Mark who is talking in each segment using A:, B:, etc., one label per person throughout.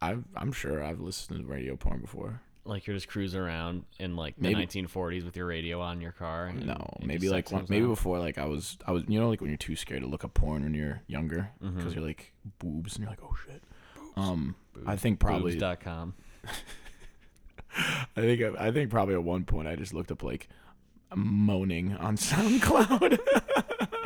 A: I've, I'm sure I've listened to radio porn before.
B: Like you're just cruising around in like the
A: Maybe-
B: 1940s with your radio on in your car. and
A: No,
B: it just
A: maybe Mm, like
B: sucks
A: when,
B: those
A: maybe
B: out.
A: before like I was I was you know like when you're too scared to look up porn when you're younger because you're like boobs and you're like oh shit. Um, I think probably
B: Boobs.com.
A: I think I think probably at one point I just looked up like moaning on SoundCloud.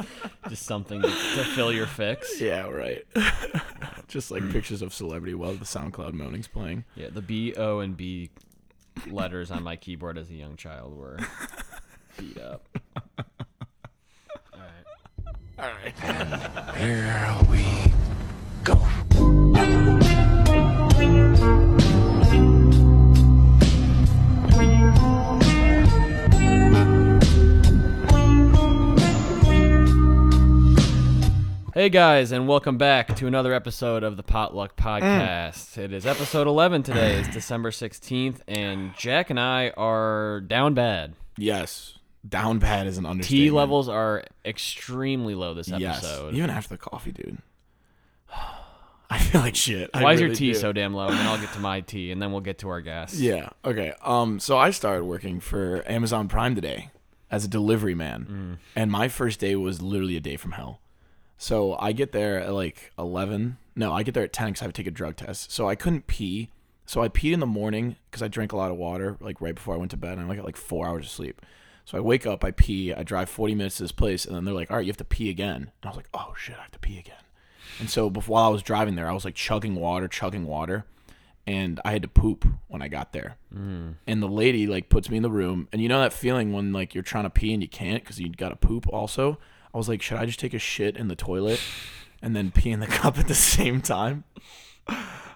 B: Just something to, to fill your fix.
A: yeah, right. Mm. just like pictures of celebrity while the SoundCloud moaning's playing.
B: Yeah, the B O and B letters on my keyboard as a young child were beat up. All right.
C: Here we go.
B: Hey guys, and welcome back to another episode of the Potluck
A: Mm.
B: Podcast. It is episode 11 today. It's December 16th, and Jack and I are down bad.
A: Yes, down pad is an understatement.
B: Tea levels are extremely low this
A: Yes,
B: episode.
A: even after the coffee, dude. I feel like shit. I
B: Why is your
A: really
B: tea
A: do.
B: so damn low? And then I'll get to my tea, and then we'll get to our guests.
A: Yeah. Okay. Um. So I started working for Amazon Prime today as a delivery
B: Mm.
A: man, and my first day was literally a day from hell. So I get there at like eleven. No, I get there at ten because I have to take a drug test. So I couldn't pee. So I peed in the morning because I drank a lot of water, like right before I went to bed, and I only got like four hours of sleep. So I wake up, I pee, I drive forty minutes to this place, and then they're like, "All right, you have to pee again." And I was like, "Oh shit, I have to pee again." And so before, while I was driving there, I was like chugging water, chugging water, and I had to poop when I got there. Mm. And the lady like puts me in the room, and you know that feeling when like you're trying to pee and you can't because you got to poop. Also, I was like, should I just take a shit in the toilet and then pee in the cup at the same time?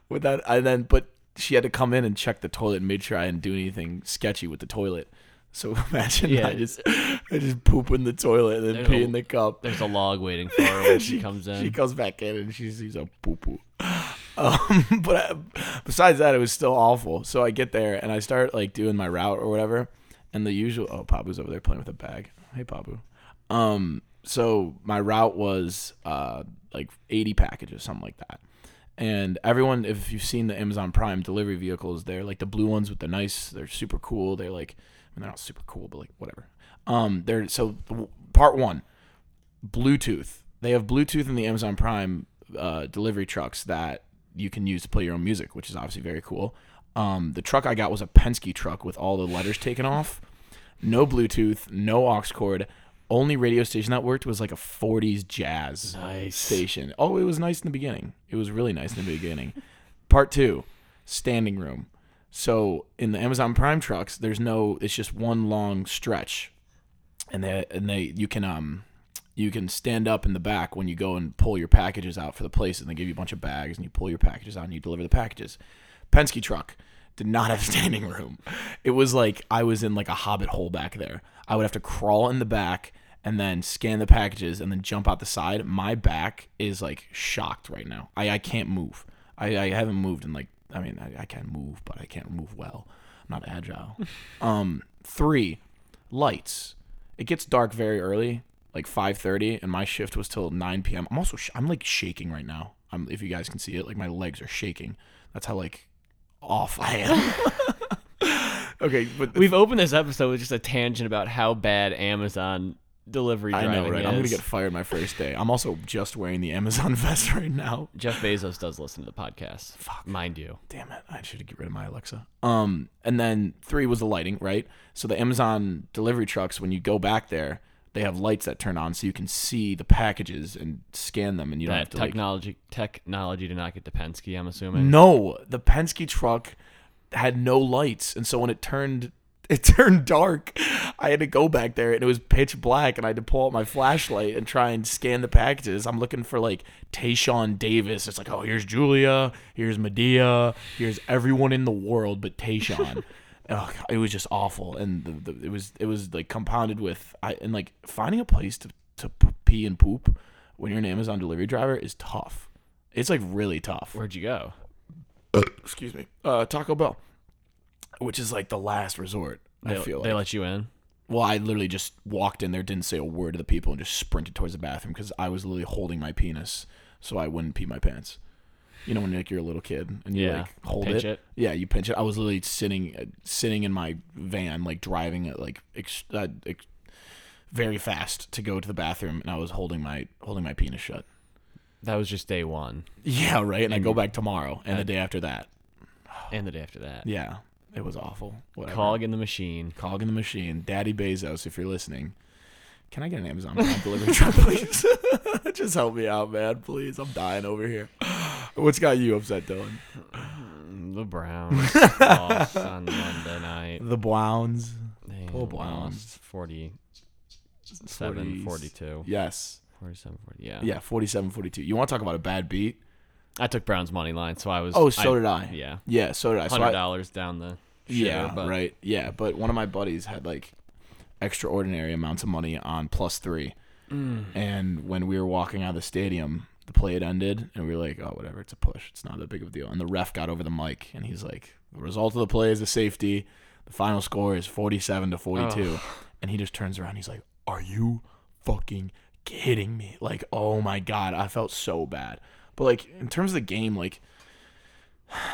A: with that, I then but she had to come in and check the toilet and made sure I didn't do anything sketchy with the toilet. So imagine
B: Yeah.
A: I just I just poop in the toilet and then
B: There's
A: pee
B: a-
A: in the cup.
B: There's a log waiting for her when she, comes in.
A: She comes back in and she sees a poo poo. Um, but uh besides that, it was still awful. So I get there and I start like doing my route or whatever, and the usual. Oh, Pabu's over there playing with a bag. Hey, Pabu. Um, so my route was uh like 80 packages, something like that. And everyone, if you've seen the Amazon Prime delivery vehicles, they're like the blue ones with the nice. They're super cool. They're like, I mean, they're not super cool, but like whatever. Um, they're so w- part one. Bluetooth. They have Bluetooth in the Amazon Prime uh, delivery trucks that you can use to play your own music, which is obviously very cool. Um, the truck I got was a Penske truck with all the letters taken off, no Bluetooth, no aux cord. Only radio station that worked was like a 40s jazz
B: Nice.
A: station. Oh, it was nice in the beginning. It was really nice in the beginning. Part two, standing room. So in the Amazon Prime trucks, there's no. It's just one long stretch and they and they you can um you can stand up in the back when you go and pull your packages out for the place and they give you a bunch of bags and you pull your packages out and you deliver the packages penske truck did not have standing room it was like i was in like a hobbit hole back there i would have to crawl in the back and then scan the packages and then jump out the side my back is like shocked right now i, I can't move I, I haven't moved in like i mean I, I can move but i can't move well i'm not agile um three lights it gets dark very early like 5.30 and my shift was till 9 p.m i'm also sh- i'm like shaking right now i'm if you guys can see it like my legs are shaking that's how like off i am okay but
B: We've opened this episode with just a tangent about how bad Amazon delivery
A: i
B: driving
A: know right i'm gonna
B: is.
A: get fired my first day i'm also just wearing the amazon vest right now
B: Jeff Bezos does listen to the podcast. Fuck. Mind you.
A: damn it i should get rid of my alexa um and then three was the lighting right so the amazon delivery trucks when you go back there they have lights that turn on so you can see the packages and scan them and you don't have
B: That
A: to like
B: technology technology did not get to Penske, I'm assuming.
A: No, the Penske truck had no lights, and so when it turned it turned dark, I had to go back there, and it was pitch black, and I had to pull out my flashlight and try and scan the packages. I'm looking for like Tayshawn Davis. It's like, oh, here's Julia, here's Medea, here's everyone in the world but Tayshawn. Ugh, it was just awful, and the, the, it was it was like compounded with I and like finding a place to to p- pee and poop when you're an Amazon delivery driver is tough. It's like really tough
B: Where'd you go?
A: excuse me, uh, Taco Bell, which is like the last resort.
B: They,
A: I feel like.
B: they let you in.
A: well, I literally just walked in there, didn't say a word to the people, and just sprinted towards the bathroom because I was literally holding my penis so I wouldn't pee my pants. You know when like you're a little kid and you
B: Yeah.
A: like hold
B: Pinch
A: it.
B: it.
A: Yeah, you pinch it. I was literally sitting uh, sitting in my van, like driving it like ex- uh, ex- very fast to go to the bathroom, and I was holding my holding my penis shut.
B: That was just day one,
A: Yeah, right. And I go back tomorrow and the day after that.
B: and the day after that.
A: Yeah, it was awful. Whatever.
B: Cog in the machine.
A: Cog in the machine, Daddy Bezos, if you're listening. Can I get an Amazon Prime delivery truck, please? Just help me out, man, please. I'm dying over here. What's got you upset, Dylan?
B: The Browns lost on Monday night.
A: The Blowns.
B: They
A: Poor Browns.
B: lost 47, 42.
A: Yes.
B: 47, 40, yeah.
A: Yeah, 47 42. You want to talk about a bad beat?
B: I took Browns money line, so I was.
A: Oh, so did I.
B: Yeah.
A: Yeah, so did I. So
B: Hundred
A: I
B: dollars down the. shitter,
A: yeah,
B: but
A: right. Yeah, but one of my buddies had like extraordinary amounts of money on plus three. And when we were walking out of the stadium, the play had ended, and we were like, "Oh, whatever, it's a push. It's not that big of a deal." And the ref got over the mic, and he's like, "The result of the play is a safety. The final score is forty-seven to forty-two. And he just turns around. He's like, "Are you fucking kidding me? Like, oh my god, I felt so bad." But like, in terms of the game, like,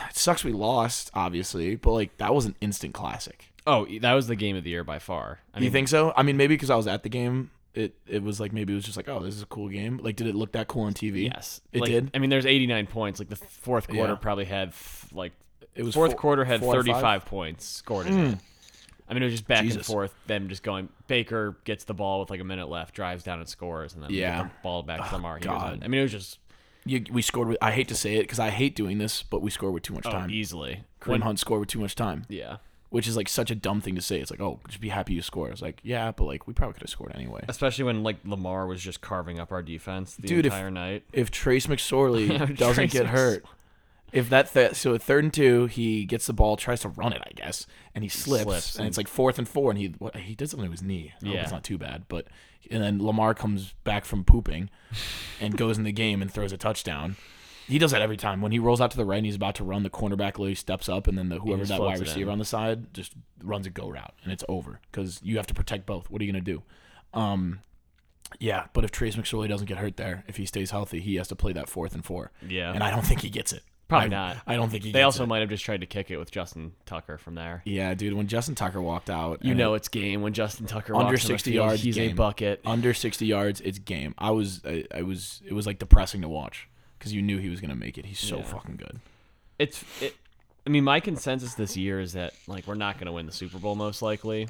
A: it sucks we lost, obviously. But like, that was an instant classic.
B: Oh, that was the game of the year by far. I
A: you
B: mean,
A: think so? I mean, maybe because I was at the game, it it was like maybe it was just like, oh, this is a cool game. Like, did it look that cool on TV?
B: yes,
A: it
B: Like,
A: did.
B: I mean, there's 89 points. Like the fourth quarter
A: Yeah.
B: probably had f- like
A: It was
B: fourth
A: four-
B: quarter had
A: four or
B: 35
A: five? Hmm.
B: points scored in it. I mean, it was just back and
A: Jesus.
B: forth. Them just going. Baker gets the ball with like a minute left, drives down and scores, and then they
A: Yeah.
B: get the ball back to Lamar. He goes
A: God.
B: in. I mean, it was just
A: You, we scored with. I hate to say it because I hate doing this, but we scored with too much
B: oh,
A: time.
B: easily.
A: Kareem Hunt scored with too much time,
B: Yeah,
A: which is like such a dumb thing to say. It's like, oh, just be happy you scored. It's like, yeah, but like we probably could have scored anyway.
B: especially when like Lamar was just carving up our defense the
A: Dude, if-
B: entire night.
A: If Trace McSorley doesn't
B: Trace
A: get hurt, if that th- so third and two, he gets the ball, tries to run it, I guess, and he slips,
B: slips
A: and,
B: and-
A: it's like fourth and four, and he what, he did something with his knee. I hope
B: Yeah.
A: it's not too bad, but and then Lamar comes back from pooping, and goes in the game and throws a touchdown. He does that every time. When he rolls out to the right and he's about to run, the cornerback literally steps up, and then the whoever
B: just
A: that
B: floats
A: wide
B: it in.
A: receiver on the side just runs a go route, and it's over because you have to protect both. What are you gonna do? Um, yeah, but if Trace McSorley doesn't get hurt there, if he stays healthy, he has to play that fourth and four.
B: Yeah.
A: and I don't think he gets it.
B: Probably
A: I-
B: not.
A: I don't think he.
B: They
A: gets
B: also
A: it.
B: might have just tried to kick it with Justin Tucker from there.
A: Yeah, dude. When Justin Tucker walked out,
B: You
A: and
B: know
A: it-
B: it's game when Justin Tucker
A: Under
B: walks on the
A: 60
B: field,
A: yards,
B: He's a
A: game.
B: bucket.
A: under sixty yards, it's game. I was, I, I was, it was like depressing to watch because you knew he was gonna make it. He's so
B: Yeah.
A: fucking good.
B: It's it. I mean, my consensus this year is that like we're not going to win the Super Bowl most likely.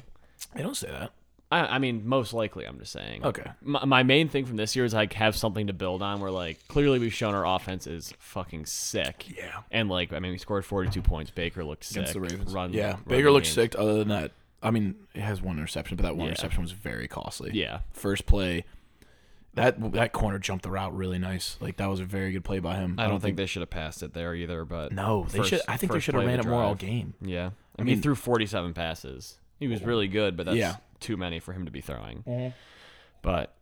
A: I don't say that.
B: I, I mean, most likely. I'm just saying.
A: Okay.
B: My, my main thing from this year is like have something to build on. Where like clearly we've shown our offense is fucking sick.
A: Yeah.
B: And like I mean, we scored 42 points. Baker looked sick.
A: Against the Ravens.
B: Run.
A: yeah,
B: run
A: Baker looked
B: games.
A: sick. Other than that, I mean, it has one interception, but that one
B: Yeah.
A: interception was very costly.
B: Yeah.
A: First play, that that corner jumped the route really nice. Like that was a very good play by him.
B: I don't, think, they should have passed it there either. But
A: No, they
B: first-
A: should. I think they
B: first
A: should have
B: play
A: ran
B: of
A: it
B: the
A: more all
B: drive.
A: game.
B: Yeah. I, mean,
A: mean-
B: he threw 47 passes. He was really good, but that's
A: Yeah. Mm-hmm.
B: too many for him to be throwing. But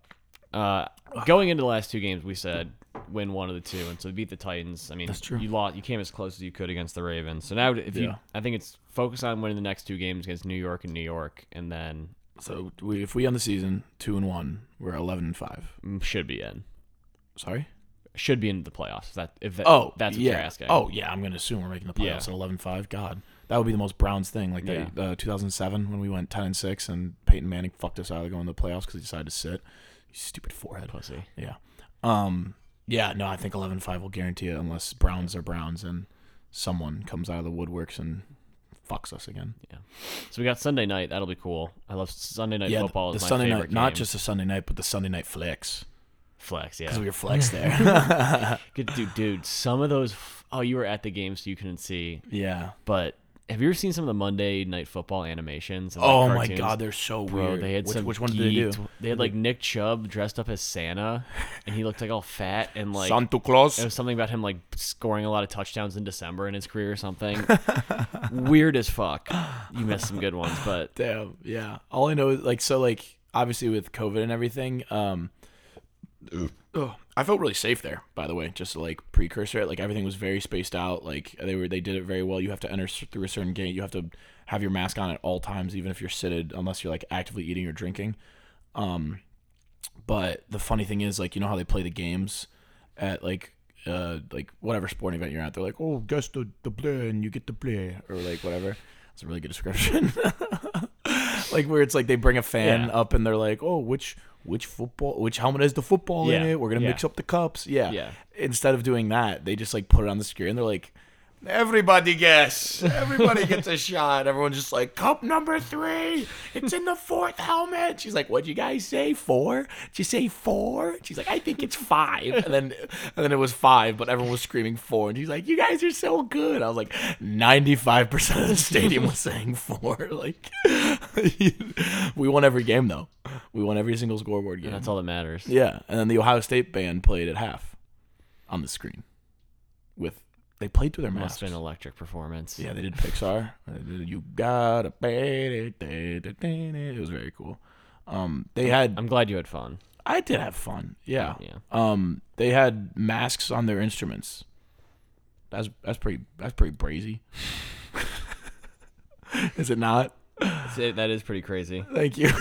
B: uh, going into the last two games, we said win one of the two, and so beat the Titans. I mean, that's
A: true.
B: You lost. You came as close as you could against the Ravens. So now, if you,
A: Yeah.
B: I think it's focus on winning the next two games against New York and New York, and then
A: So we, if we end the season two and one, we're eleven and five.
B: mm, should be in.
A: Sorry.
B: Should be in the playoffs. If that if that,
A: Oh,
B: that's what
A: yeah.
B: you're asking.
A: Oh, yeah. I'm gonna assume we're making the playoffs
B: Yeah.
A: at 11-5. God, that would be the most Browns thing. Like the
B: Yeah.
A: uh, 2007 when we went 10 and six, and Peyton Manning fucked us out of going to the playoffs because he decided to sit. You stupid forehead.
B: pussy.
A: Yeah. Um. Yeah. No, I think 11-5 will guarantee it unless Browns are Browns and someone comes out of the woodworks and fucks us again.
B: So we got Sunday night. That'll be cool. I love Sunday night
A: yeah.
B: football.
A: the
B: is my
A: Sunday night,
B: favorite
A: not
B: game.
A: just the Sunday night, but the Sunday night flex
B: flex. Yeah.
A: because we were flexed there.
B: Good dude, dude. Some of those. F- oh, you were at the game, so you couldn't see.
A: yeah.
B: But have you ever seen some of the Monday Night Football animations? and, like,
A: Oh my
B: cartoons?
A: god, they're so
B: Bro,
A: weird.
B: they had
A: which,
B: some.
A: which one did they do?
B: geeked- They had like Nick Chubb dressed up as Santa, and he looked like all fat and like.
A: Santa Claus.
B: it was something about him like scoring a lot of touchdowns in December in his career or something. Weird as fuck. You missed some good ones, but
A: Damn. Yeah. All I know is like so like obviously with COVID and everything. Um, oh, I felt really safe there. By the way, just to, like precursor it, like everything was very spaced out. Like they were they did it very well. You have to enter s- through a certain gate. You have to have your mask on at all times, even if you're seated, unless you're like actively eating or drinking. Um, but the funny thing is like you know how they play the games at like uh, like whatever sporting event you're at, they're like, oh, guess the the play and you get the play or like whatever. It's a really good description. like where it's like they bring a fan
B: Yeah.
A: up and they're like, oh, which which football, which helmet has the football in
B: Yeah.
A: it? We're gonna
B: Yeah.
A: mix up the cups. Yeah.
B: Yeah.
A: Instead of doing that, they just like put it on the screen. and They're like. Everybody guess. Everybody gets a shot. Everyone's just like, cup number three. It's in the fourth helmet. She's like, what'd you guys say? Four? Did you say four? She's like, I think it's five. And then and then it was five, but everyone was screaming four. And she's like, you guys are so good. I was like, 95% of the stadium was saying four. Like, we won every game, though. We won every single scoreboard game.
B: That's all that matters.
A: Yeah, and then the Ohio State band played at half on the screen. With they played through their
B: Must
A: masks.
B: have been an electric performance.
A: yeah, they did Pixar. They did, you gotta pay it. da, da, da, da." It was very cool. Um, they had
B: I'm glad you had fun.
A: I did have fun. Yeah.
B: Yeah.
A: Um, they had masks on their instruments. That's that's pretty that's pretty brazy. Is it not?
B: That's it. That is pretty crazy.
A: Thank you.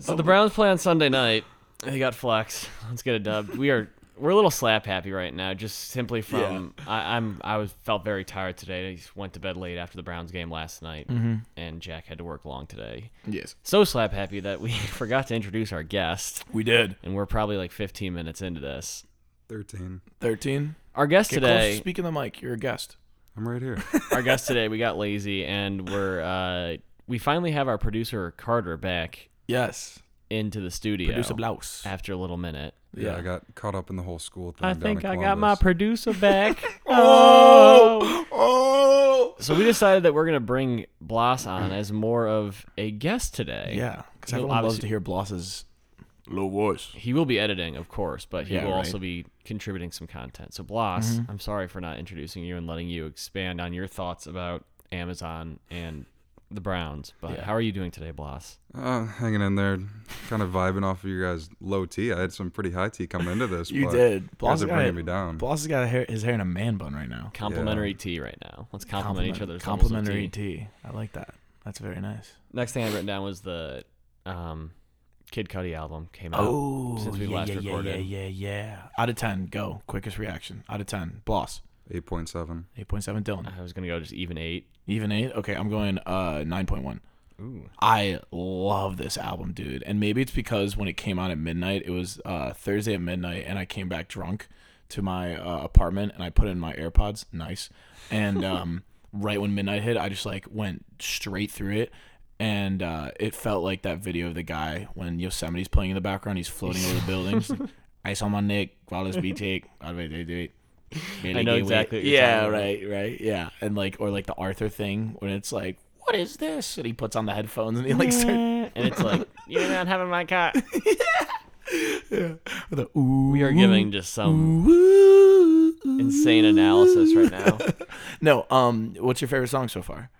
B: So the Browns play on Sunday night. They got flex. Let's get a dub. We are we're a little slap happy right now, just simply from I, I'm I was felt very tired today. I just went to bed late after the Browns game last night, and Jack had to work long today.
A: yes,
B: So slap happy that we forgot to introduce our guest,
A: we did.
B: and we're probably like 15 minutes into this.
D: 13.
A: Thirteen.
B: Our guest
A: Get close to
B: today,
A: speaking the mic. You're a guest.
D: I'm right here.
B: our guest today, we got lazy, and we're uh, we finally have our producer Carter back
A: Yes.
B: into the studio
A: Produce a blouse.
B: after a little minute.
D: yeah,
A: Yeah.
D: I got caught up in the whole school thing.
B: I
D: down
B: think
D: in
B: I got my
D: Columbus.
B: producer back. oh.
A: Oh.
B: So we decided that we're gonna bring Bloss on as more of a guest today.
A: Yeah, because
B: He'll
A: everyone loves
B: obviously-
A: to hear Bloss's low voice.
B: He will be editing, of course, but he
A: Yeah,
B: will
A: right.
B: also be contributing some content. So Bloss, I'm sorry for not introducing you and letting you expand on your thoughts about Amazon and the Browns. But how are you doing today, Bloss?
D: Uh, hanging in there, kind of vibing off of your guys' low tea. I had some pretty high tea coming into this.
A: You
D: but
A: did.
D: You guys
A: Bloss
D: are
A: is
D: bringing me down.
A: Bloss has got a hair, his hair in a man bun right now.
B: Complimentary tea right now. Let's compliment each other's levels of
A: complimentary
B: tea.
A: tea. I like that. That's very nice.
B: Next thing I written down was the um, Kid Cudi album came out.
A: Oh,
B: since we
A: yeah,
B: last
A: yeah, yeah, yeah,
B: recorded.
A: yeah, yeah. Out of ten, go. Quickest reaction. Out of ten, Bloss.
D: 8.7.
A: Eight point seven, Dylan.
B: I was gonna go just even eight.
A: Even eight. Okay, I'm going uh nine point one.
B: Ooh.
A: I love this album, dude. And maybe it's because when it came out at midnight, it was uh, Thursday at midnight, and I came back drunk to my uh, apartment and I put in my AirPods. Nice. And um, right when midnight hit, I just like went straight through it. And uh, it felt like that video of the guy when Yosemite's playing in the background, he's floating over the buildings. Ice on my neck, flawless be take. I
B: know exactly what you're
A: Yeah,
B: talking
A: right
B: about.
A: right right yeah and like or like the arthur thing when it's like what is this and he puts on the headphones and he like starts
B: and it's like you're not having my car.
A: with a ooh
B: We are giving just some
A: ooh, ooh.
B: insane analysis right now.
A: no um what's your favorite song so far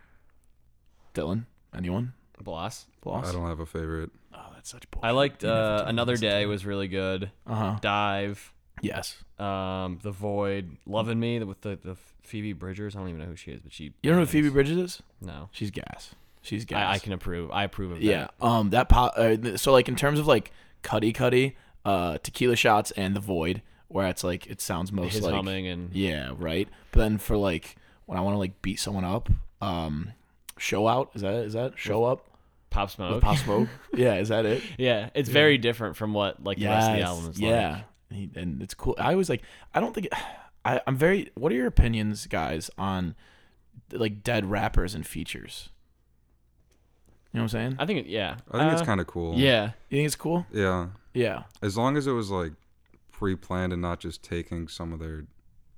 A: dylan anyone
B: Bloss.
A: Lost?
D: I don't have a favorite.
A: oh that's such bull
B: I liked uh, Another Day was really good.
A: uh-huh
B: Dive.
A: yes
B: Um, The Void. Loving Me with the, the Phoebe Bridgers. I don't even know who she is, but she.
A: you don't know who phoebe bridges is
B: No.
A: she's gas she's gas
B: I, I can approve. I approve of that.
A: yeah um that pop uh, th- so like in terms of like cuddy cuddy uh tequila shots and the void where it's like it sounds most
B: His
A: like
B: humming and.
A: Yeah, right. But then for like when I want to like beat someone up, um, show out is that is that show up
B: Pop Smoke.
A: with pop smoke? yeah, is that it?
B: yeah, it's very different from what like the rest of the
A: Yes,
B: album is like.
A: yeah, He- and it's cool. I always like. I don't think. I, I'm very. What are your opinions, guys, on like dead rappers and features? You know what I'm saying?
B: I think it, yeah.
D: I think it's
B: Uh,
D: kind of cool.
B: Yeah.
A: You think it's cool?
D: Yeah.
A: Yeah.
D: As long as it was like pre planned and not just taking some of their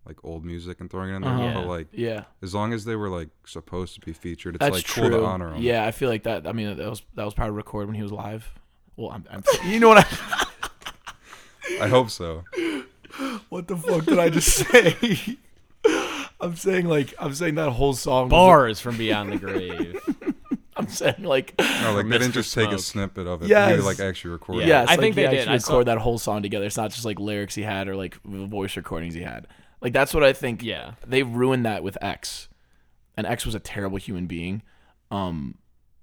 D: like old music and throwing it in there.
A: Uh-huh.
D: But
B: Yeah.
D: like,
A: Yeah.
D: as long as they were like supposed to be featured, it's
A: That's
D: like
A: true.
D: cool to honor them.
A: Yeah, I feel like that. I mean, that was that was probably recorded when he was live. Well, I'm, I'm you know what I.
D: I hope so.
A: What the fuck did I just say? I'm saying like I'm saying that whole song. was-
B: Bars from Beyond the Grave.
A: I'm saying like
D: No, like they
B: Mr.
D: didn't just take a
B: Smoke.
D: snippet of it.
A: Yes.
D: They like actually recorded.
B: Yeah.
D: it.
A: yes,
B: I
A: like,
B: think
A: he
B: they did.
A: actually
B: I saw-
A: record that whole song together. It's not just like lyrics he had or like voice recordings he had. Like that's what I think.
B: Yeah.
A: they ruined that with X, and X was a terrible human being. Um,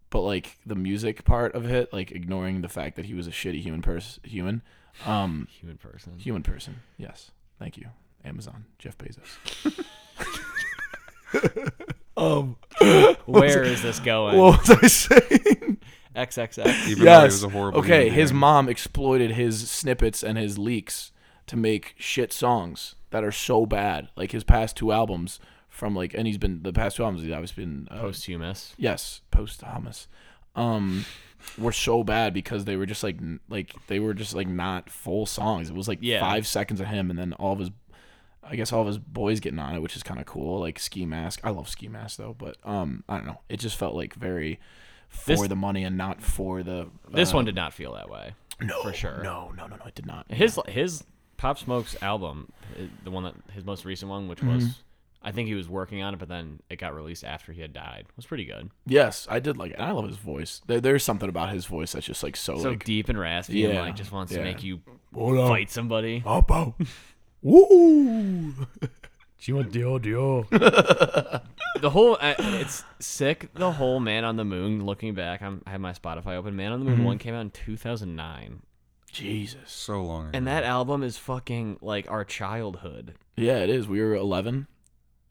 A: but like the music part of it, like ignoring the fact that he was a shitty human person, human, um,
B: Human person.
A: human person. Yes, Thank you, Amazon, Jeff Bezos.
B: Where is this going?
A: What was I saying?
B: XXX.
D: Even though he was a horrible
A: okay,
D: human
A: his
D: being.
A: mom exploited his snippets and his leaks to make shit songs that are so bad. Like his past two albums from like, and he's been the past two albums. He's obviously been uh,
B: Posthumous.
A: yes, posthumous. Um, were so bad because they were just like n- like they were just like not full songs. It was like
B: Yeah.
A: five seconds of him, and then all of his, I guess all of his boys getting on it, which is kind of cool. Like Ski Mask, I love Ski Mask though, but um, I don't know. It just felt like very for
B: This-
A: the money and not for the.
B: This
A: uh,
B: one did not feel that way.
A: no,
B: for sure.
A: No, no, no, no, it did not.
B: His his Pop Smoke's album, i- the one that his most recent one, which
A: Mm-hmm.
B: was I think he was working on it, but then it got released after he had died. Was pretty good.
A: yes, I did like it. I love his voice. There, there's something about his voice that's just like so,
B: So
A: like
B: deep and raspy, and
A: Yeah,
B: like just wants
A: yeah. Oh.
B: to make you
A: Hola.
B: fight somebody.
A: Oppo. Woo!
B: The whole I, it's sick. The whole Man on the Moon. Looking back, I'm, I have my Spotify open. Man on the Moon
A: Mm-hmm.
B: one came out in 2009,
A: Jesus.
D: so long. ago.
B: and
A: Mm.
B: that album is fucking like our childhood.
A: Yeah, it is. We were 11.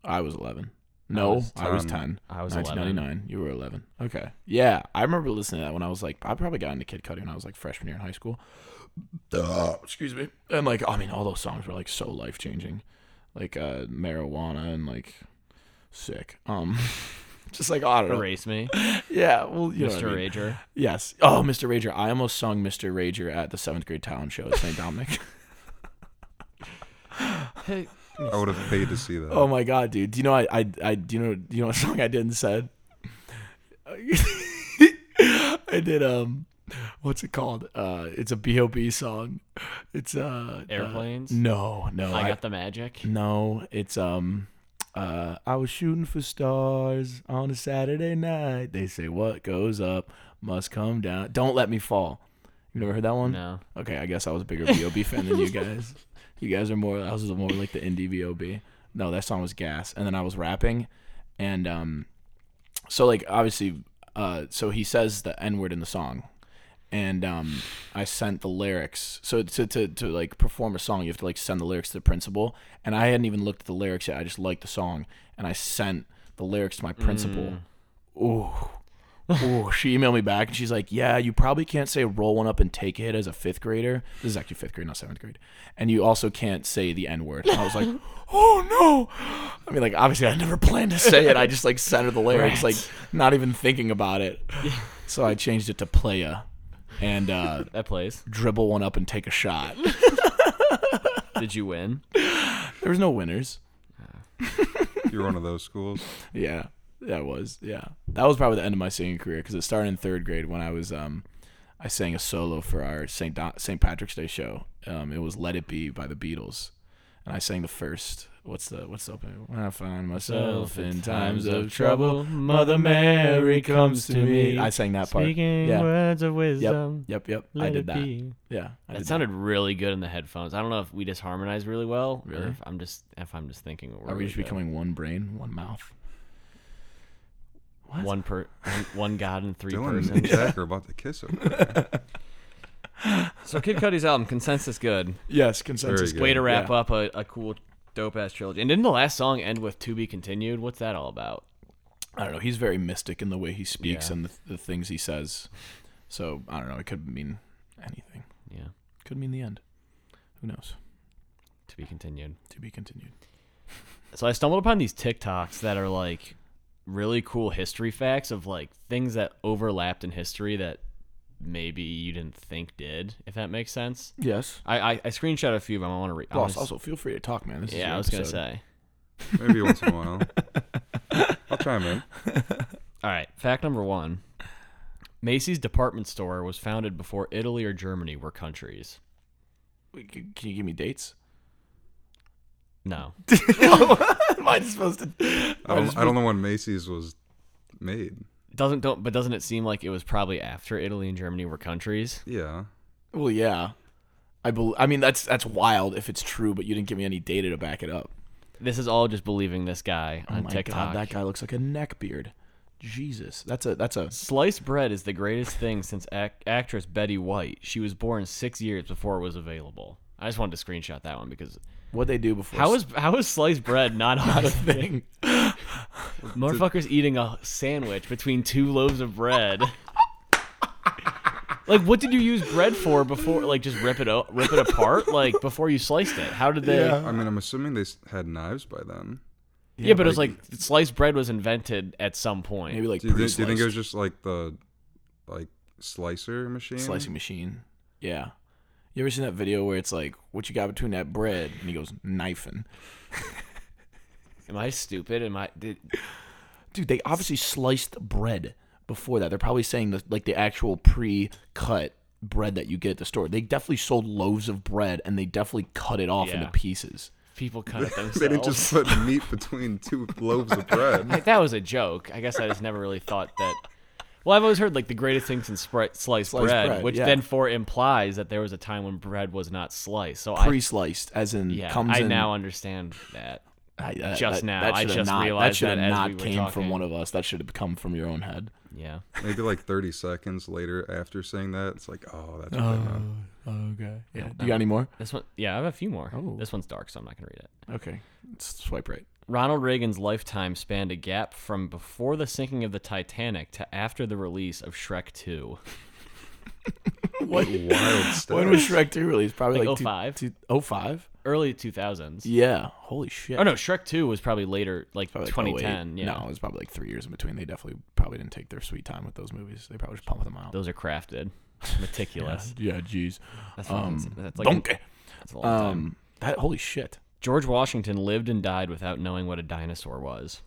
A: I was 11. No, I was
B: was
A: 10. I
D: 10.
B: I was 11.
A: 1999. You were 11. Okay. Yeah, I remember listening to that when I was like, I probably got into Kid Cudi when I was like freshman year in high school. Duh, excuse me. And like, I mean, all those songs were like so life changing, like uh, marijuana and like sick. Um, just like I don't know.
B: Erase me,
A: Yeah. Well, you know.
B: Mr.
A: what I mean.
B: Rager.
A: Yes. Oh, Mr. Rager. I almost sung Mr. Rager at the seventh grade talent show at St. Dominic.
B: Hey,
D: I would have paid to see that.
A: Oh my god, dude! Do you know I, I, I do you know do you know what song I did and said? I did um, what's it called? Uh, it's a B.O.B. song. It's uh, uh,
B: Airplanes?
A: no, no,
B: I
A: I,
B: got the magic.
A: Mm-hmm. no. It's um, uh, I was shooting for stars on a Saturday night. They say what goes up must come down. Don't let me fall. You never heard that one?
B: No.
A: Okay, I guess I was a bigger B.O.B. fan than you guys. You guys are more. I was more like the indie B.O.B. No, that song was gas. And then I was rapping, and um, so like obviously, uh, so he says the N word in the song, and um, I sent the lyrics. So to, to to like perform a song, you have to like send the lyrics to the principal. And I hadn't even looked at the lyrics yet. I just liked the song, and I sent the lyrics to my principal. Ooh. Ooh, she emailed me back and she's like, "Yeah, you probably can't say roll one up and take it as a fifth grader. This is actually fifth grade, not seventh grade. And you also can't say the n word." I was like, "Oh no!" I mean, like obviously, I never planned to say it. I just like sent her the lyrics, like not even thinking about it. So I changed it to playa and uh,
B: That plays.
A: dribble one up and take a shot.
B: Did you win?
A: There was no winners.
D: You're one of those schools.
A: Yeah, that was yeah. That was probably the end of my singing career because it started in third grade when I was um, I sang a solo for our Saint Do- Saint Patrick's Day show. Um, it was Let It Be by the Beatles, and I sang the first. What's the what's the opening? When I find myself in times of trouble, Mother Mary comes to me. I sang that part.
B: Speaking
A: Yeah.
B: words of
A: Yep.
B: wisdom.
A: Yep. Yep.
B: Let
A: I
B: it
A: did that.
B: be.
A: Yeah. I
B: That
A: did
B: sounded really good in the headphones. I don't know if we just harmonized really well. Or
A: Really?
B: if I'm just if I'm just thinking.
A: Are we just becoming one brain, one mouth?
B: one per one, one god and three
D: Dylan
B: persons?
D: and Jack are about to kiss over there.
B: So Kid Cudi's album consensus good.
A: Yes, consensus.
D: Very good.
B: Way to wrap
A: Yeah.
B: up a, a cool dope ass trilogy. And didn't the last song end with "To Be Continued"? What's that all about?
A: I don't know. He's very mystic in the way he speaks
B: Yeah.
A: and the, the things he says. So I don't know. It could mean anything.
B: Yeah,
A: Could mean the end. Who knows?
B: to be continued.
A: To be continued.
B: So I stumbled upon these TikToks that are like really cool history facts of like things that overlapped in history that maybe you didn't think did, if that makes sense.
A: Yes.
B: I I, I screenshot a few of them. I want to read.
A: Also, also, feel free to talk, man. This is
B: yeah,
A: your
B: I was gonna
A: episode.
B: say.
D: Maybe once in a while. I'll chime in.
B: All right, fact number one: Macy's department store was founded before Italy or Germany were countries.
A: Wait, c- Can you give me dates?
B: No,
A: Am I supposed to?
D: I don't, I don't know when Macy's was made.
B: doesn't don't but doesn't it seem like it was probably after Italy and Germany were countries?
D: Yeah.
A: Well, yeah. I bel I mean, that's that's wild if it's true, but you didn't give me any data to back it up.
B: This is all just believing this guy
A: Oh
B: on
A: my
B: TikTok.
A: god, that guy looks like a neck beard. Jesus, that's a that's a
B: Sliced bread is the greatest thing since ac- actress Betty White. She was born six years before it was available. I just wanted to screenshot that one because
A: What they do before?
B: How is how is sliced bread not on
A: not
B: a
A: a thing?
B: motherfucker's eating a sandwich between two loaves of bread? like, what did you use bread for before? Like, just rip it o- rip it apart? Like before you sliced it? How did they? Yeah,
D: I mean, I'm assuming they s- had knives by then.
B: but it was like sliced bread was invented at some point.
A: Maybe like
D: Do you, think, do you think it
A: pre-sliced.
D: was just like the like slicer machine?
B: Mm.
A: slicing machine. Yeah. You ever seen that video where it's like, what you got between that bread? And he goes, knifing.
B: Am I stupid? Am I? Did,
A: Dude, they obviously sliced bread before that. They're probably saying the, like the actual pre-cut bread that you get at the store. They definitely sold loaves of bread and they definitely cut it off into
B: Yeah.
A: pieces.
B: people cut it themselves?
D: They didn't just put meat between two loaves of bread.
B: Like, that was a joke. I guess I just never really thought that. Well, I've always heard like the greatest things in spri- sliced, bread,
A: bread,
B: which
A: yeah.
B: then for implies that there was a time when bread was not sliced. So I
A: Pre-sliced, as in
B: yeah,
A: comes
B: I
A: in.
B: now understand that.
A: I- that-
B: just
A: that-
B: now,
A: That
B: I
A: shoulda
B: just
A: not,
B: realized
A: that shoulda
B: that as
A: not
B: we were
A: came from
B: talking.
A: one of us. That should have come from your own head.
B: Yeah,
D: Maybe like 30 seconds later after saying that, it's like, oh, that's what they meant.
A: okay. Yeah. Do you got any more?
B: this one. Yeah, I have a few more.
A: Oh.
B: This one's dark, so I'm not gonna read it.
A: Okay. Swipe right.
B: Ronald Reagan's lifetime spanned a gap from before the sinking of the Titanic to after the release of Shrek 2.
A: What?
D: Wild stuff.
A: When was Shrek 2 released? Probably
B: Like
A: like, two-
B: 05?
A: two- 05?
B: Early 2000s.
A: Yeah. Holy shit.
B: Oh no, Shrek 2 was probably later, like
A: Probably like 08.
B: 2010. yeah.
A: No, it was probably like three years in between. They definitely probably didn't take their sweet time with those movies. They probably just pumped them out.
B: Those are crafted, meticulous.
A: Yeah, jeez.
B: That's,
A: Um,
B: fucking- that's
A: That's
B: like
A: donkey.
B: That's a long time.
A: Um, that, holy shit.
B: George Washington lived and died without knowing what a dinosaur was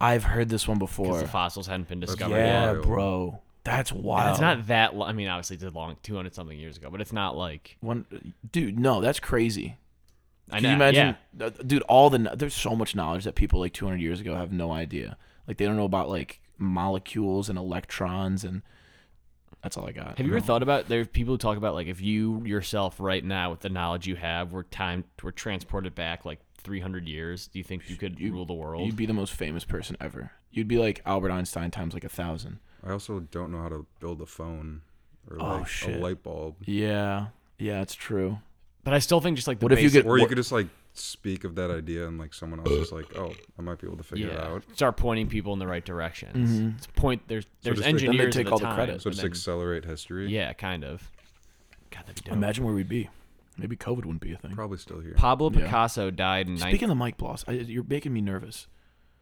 A: I've heard this one
B: because
A: before.
B: the fossils hadn't been discovered
A: Yeah,
B: yet.
D: wild.
A: bro. That's wild.
B: And It's not that long. I mean, obviously, it's a long, 200 something years ago, but it's not like.
A: One, dude, no, that's crazy.
B: I
A: Can
B: know.
A: you imagine,
B: yeah.
A: uh, dude? All the kno- there's so much knowledge that people like 200 years ago have no idea. Like they don't know about like molecules and electrons, and that's all I got.
B: Have you ever thought about there's people who talk about like if you yourself right now with the knowledge you have were time were transported back like 300 years, do you think you could rule the world?
A: You'd be the most famous person ever. You'd be like Albert Einstein times like a thousand.
D: I also don't know how to build a phone or
A: Oh,
D: like a
A: shit.
D: light bulb.
A: Yeah, yeah, it's true.
B: but I still think just like the
A: What if you
B: basic-
A: get-
D: Or you
A: What-
D: could just like speak of that idea and like someone else is like, oh, I might be able to figure it out.
B: Start pointing people in the right directions.
A: Mm-hmm.
B: It's point there's there's
D: just like- then
A: they
B: engineers
A: take
B: at
A: all the
B: time,
A: credit.
D: So
B: but
D: just
B: then-
D: accelerate history.
B: yeah, kind of. God, that'd be dope.
A: Imagine where we'd be. Maybe COVID wouldn't be a thing.
D: Probably still here.
B: Pablo
A: Yeah.
B: Picasso died in 19-
A: Speaking of Mike Bloss, I, you're making me nervous.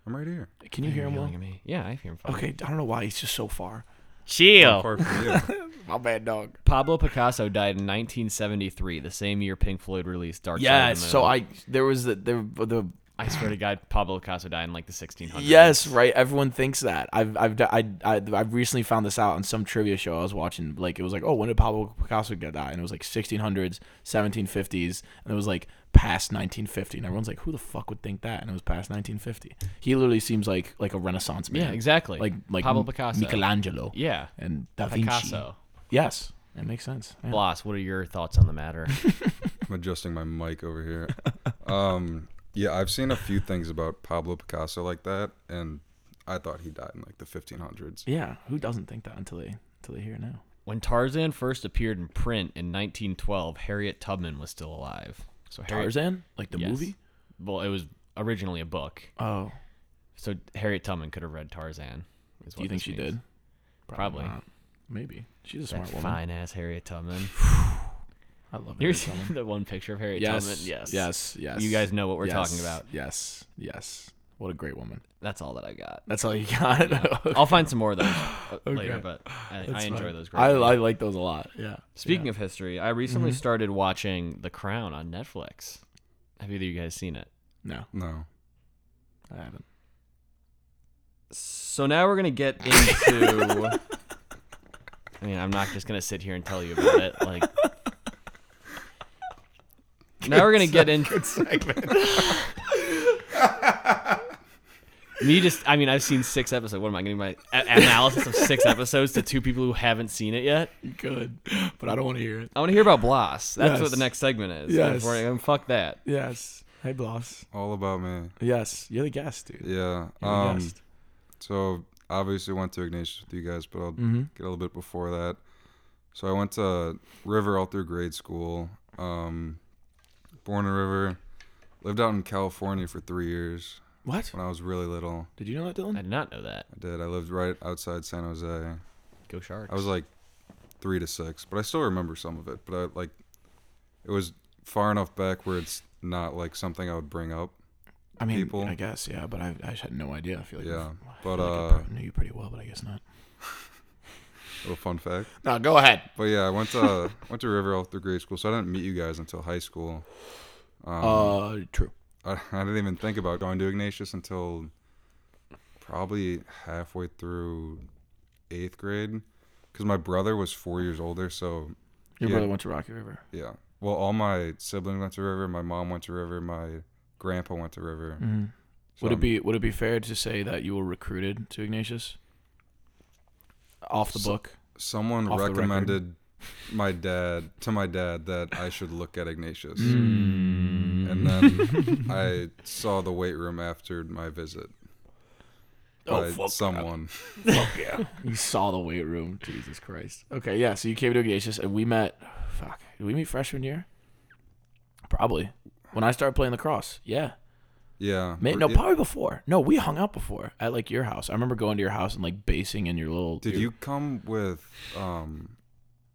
D: I'm right here.
A: Can you hear him well?
B: Yelling at me. Yeah, I hear him. Fine.
A: Okay, I don't know why he's just so far. Oh.
D: How
B: Chill.
D: far from you?
A: My bad dog.
B: Pablo Picasso died in 1973, the same year Pink Floyd released Dark Side of
A: Yes.
B: the Moon.
A: So I there was the the, the
B: I swear to God, Pablo Picasso died in like the 1600s.
A: Yes, right. Everyone thinks that. I've I've I, I I've recently found this out on some trivia show I was watching. Like it was like, oh, when did Pablo Picasso get die? And it was like 1600s, 1750s, and it was like past 1950. And everyone's like, who the fuck would think that? And it was past 1950. He literally seems like like a Renaissance man.
B: Yeah, exactly.
A: Like like
B: Pablo
A: M-
B: Picasso.
A: Michelangelo,
B: Yeah.
A: and Da Vinci.
B: Picasso.
A: Yes, that makes sense. Yeah.
B: Bloss, what are your thoughts on the matter?
D: I'm adjusting my mic over here. Um, yeah, I've seen a few things about Pablo Picasso like that, and I thought he died in like the 1500s.
A: Yeah, who doesn't think that until they until they hear it now?
B: when Tarzan first appeared in print in 1912, Harriet Tubman was still alive. So Harriet,
A: Tarzan, like the
B: Yes.
A: movie.
B: Well, it was originally a book,
A: Oh,
B: so Harriet Tubman could have read Tarzan. Is what
A: do you think
B: this
A: she
B: means.
A: did?
B: Probably.
A: not. Maybe she's a
B: That
A: smart woman.
B: fine ass Harriet Tubman.
A: I love
B: Here's
A: Harriet Tubman.
B: the one picture of Harriet Tubman. Yes.
A: Yes. Yes.
B: You guys know what we're
A: Yes,
B: talking about.
A: Yes. Yes. What a great woman.
B: That's all that I got.
A: That's all you got.
B: I'll find some more of those uh, later,
A: Okay.
B: but I, I
A: That's
B: enjoy
A: fine.
B: those. Great
A: I,
B: movies.
A: I like those a lot. Yeah. Mm-hmm.
B: Speaking of history, I recently started watching The Crown on Netflix. Have either of you guys seen it?
A: No,
D: No.
A: I haven't.
B: So now we're gonna get into. I mean, I'm not just gonna sit here and tell you about it. Like, now we're gonna get into me. Just, I mean, I've seen six episodes. What am I gonna do? My a- analysis of six episodes to two people who haven't seen it yet.
A: You could, but I don't want to hear it.
B: I want to hear about Blas. That's what
A: Yes.
B: the next segment is.
A: Yes.
B: Before I- um, fuck that.
A: Yes. Hey, Bloss.
D: All about me.
A: Yes. You're the guest, dude.
D: Yeah.
A: You're the
D: um,
A: guest.
D: So obviously went to Ignatius with you guys, but I'll get a little bit before that. So I went to River all through grade school. Um, born in River. Lived out in California for three years
A: What?
D: when I was really little.
A: Did you know that, Dylan?
B: I did not know that.
D: I did. I lived right outside San Jose.
B: Go Sharks.
D: I was like three to six, but I still remember some of it. But I like it was far enough back where it's not like something I would bring up.
A: I mean,
D: people.
A: I guess, yeah, but I, I just had no idea. I feel like,
D: Yeah,
A: I feel
D: but
A: like
D: uh,
A: I pro- knew you pretty well, but I guess not.
D: little fun fact.
A: No, go ahead.
D: But yeah, I went to went to River all through grade school, so I didn't meet you guys until high school. Um,
A: Uh, true.
D: I, I didn't even think about going to Ignatius until probably halfway through eighth grade, because my brother was four years older. So
A: Your
D: yeah.
A: brother went to Rocky River.
D: yeah, well, all my siblings went to River. My mom went to River. My grandpa went to River. Mm-hmm.
A: Would it be would it be fair to say that you were recruited to Ignatius? Off the book.
D: someone
A: Off the record.
D: recommended my dad to my dad that I should look at Ignatius. And then I saw the weight room after my visit.
A: Oh,
D: by
A: fuck.
D: someone.
A: You saw the weight room. Jesus Christ. Okay, yeah. So you came to Ignatius, and we met. Fuck. Did we meet freshman year? Probably. When I started playing lacrosse. Yeah.
D: Yeah.
A: May,
D: or-
A: no,
D: yeah.
A: probably before. No, we hung out before at like your house. I remember going to your house and like basing in your little.
D: Did
A: your-
D: you come with um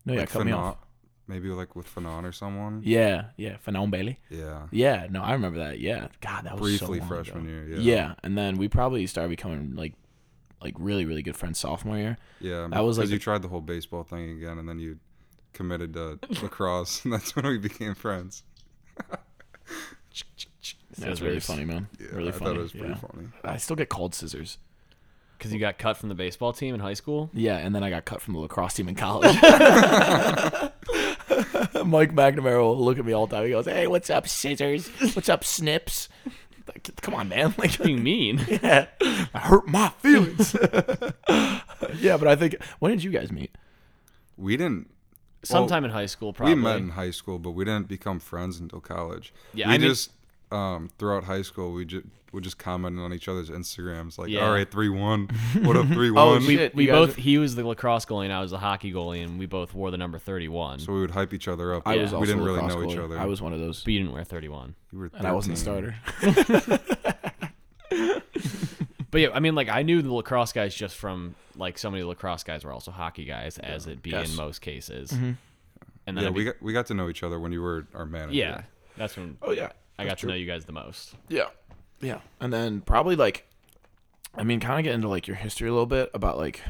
A: No, yeah,
D: like
A: cut me off.
D: Fanon- maybe like with Fanon or someone?
A: Yeah, yeah, Fanon Bailey.
D: Yeah.
A: Yeah, no, I remember that. Yeah, God, that was
D: Briefly
A: so long
D: freshman
A: ago.
D: year, yeah.
A: Oh, Yeah. and then we probably started becoming like, like really, really good friends sophomore year.
D: Yeah.
A: That was, like,
D: because you
A: the-
D: tried the whole baseball thing again and then you committed to lacrosse and that's when we became friends.
A: That was really funny, man.
D: Yeah,
A: really
D: I
A: funny.
D: thought it was pretty
A: yeah.
D: funny.
A: I still get cold scissors.
B: Because you got cut from the baseball team in high school.
A: Yeah, and then I got cut from the lacrosse team in college. Mike McNamara will look at me all the time. He goes, "Hey, what's up, scissors? What's up, snips? Like, come on, man! Like,
B: What do you mean?
A: yeah, I hurt my feelings." yeah, but I think when did you guys meet?
D: We didn't
B: Sometime in high school, probably.
D: We met in high school, but we didn't become friends until college.
B: Yeah,
D: we
B: I mean-
D: just um, throughout high school we just would just comment on each other's Instagrams like,
B: Yeah.
D: "All right, three one, what up, three one?"
B: we,
A: Oh, shit,
B: we
A: you guys
B: both. He was the lacrosse goalie, and I was the hockey goalie, and we both wore the number thirty-one.
D: So we would hype each other up.
A: I
D: but
A: was also
D: we didn't
A: a
D: really know
A: lacrosse
D: each
A: goalie.
D: other.
A: I was one of those,
B: but you didn't wear thirty-one.
D: You were
A: and I wasn't the
D: 13.
A: starter.
B: But yeah, I mean, like I knew the lacrosse guys just from like so many lacrosse guys were also hockey guys, as it be
A: Yes.
B: in most cases. And then
D: Yeah,
B: I
D: we
B: be-
D: got we got to know each other when you were our manager.
B: yeah, that's when
A: Oh yeah,
B: I got to know you guys the most.
A: Yeah. Yeah. And then probably like I mean, kind of get into like your history a little bit about like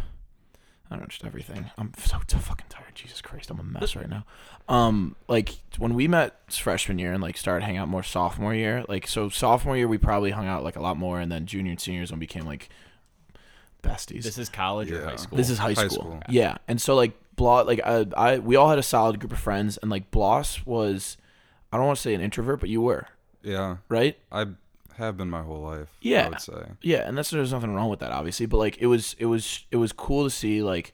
A: I don't know, just everything. I'm so t- fucking tired. Jesus Christ, I'm a mess right now. Um, like when we met freshman year and like started hanging out more sophomore year, like so sophomore year we probably hung out like a lot more, and then junior and seniors when we became like besties.
B: This is college or
D: Yeah.
B: high school.
A: This is high school.
D: High school.
A: Yeah, and so like Bloss, like I, I, we all had a solid group of friends, and like Bloss was, I don't want to say an introvert, but you were
D: yeah.
A: right.
D: I have been my whole life.
A: Yeah.
D: I would say.
A: Yeah, and that's there's nothing wrong with that, obviously. But like, it was it was it was cool to see like,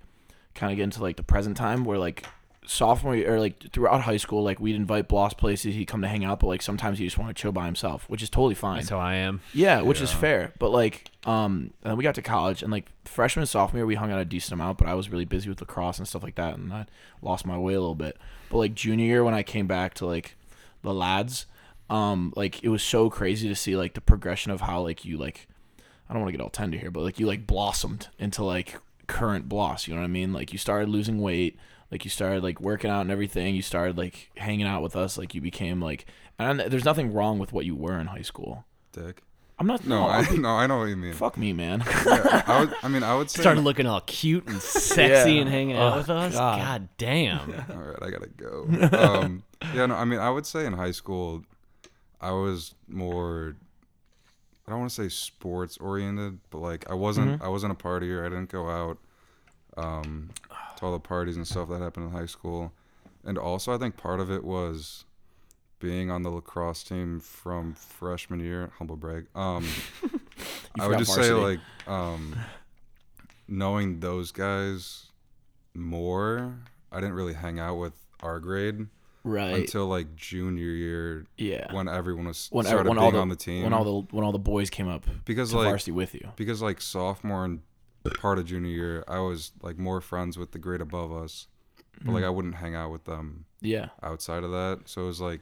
A: kind of get into like the present time where like sophomore year, or like throughout high school, like we'd invite Bloss places, he'd come to hang out, but like sometimes he just wanted to chill by himself, which is totally fine.
B: That's how I am.
A: Yeah, which is fair. But like, um, and then we got to college, and like freshman and sophomore, year, we hung out a decent amount, but I was really busy with lacrosse and stuff like that, and I lost my way a little bit. But like junior year, when I came back to like the lads, um, like it was so crazy to see like the progression of how like you like, I don't want to get all tender here, but like you like blossomed into like current bloss. You know what I mean? Like you started losing weight. Like you started like working out and everything. You started like hanging out with us. Like you became like, and there's nothing wrong with what you were in high school.
D: Dick.
A: I'm not.
D: No,
A: no,
D: I no, I know what you mean.
A: Oh. Fuck me, man.
D: I, would, I mean, I would say.
B: Started looking all cute and sexy
A: Yeah.
B: and hanging out
A: Oh,
B: with us.
A: God.
B: God, damn.
D: All right, I gotta go. Um, yeah, no, I mean, I would say in high school, I was more. I don't want to say sports oriented, but like I wasn't.
A: Mm-hmm.
D: I wasn't a partier. I didn't go out um, to all the parties and stuff that happened in high school. And also, I think part of it was being on the lacrosse team from freshman year. Humble brag. Um, I would
A: forgot
D: just say
A: varsity.
D: like um, knowing those guys more. I didn't really hang out with our grade
A: right.
D: until like junior year
A: yeah.
D: when everyone was
A: When,
D: started
A: when
D: being
A: all the,
D: on the team.
A: when all the when all the boys came up
D: because
A: to
D: like
A: varsity with you.
D: because like sophomore and part of junior year, I was like more friends with the grade
A: Mm-hmm.
D: above us, but like I wouldn't hang out with them
A: Yeah.
D: outside of that. So it was like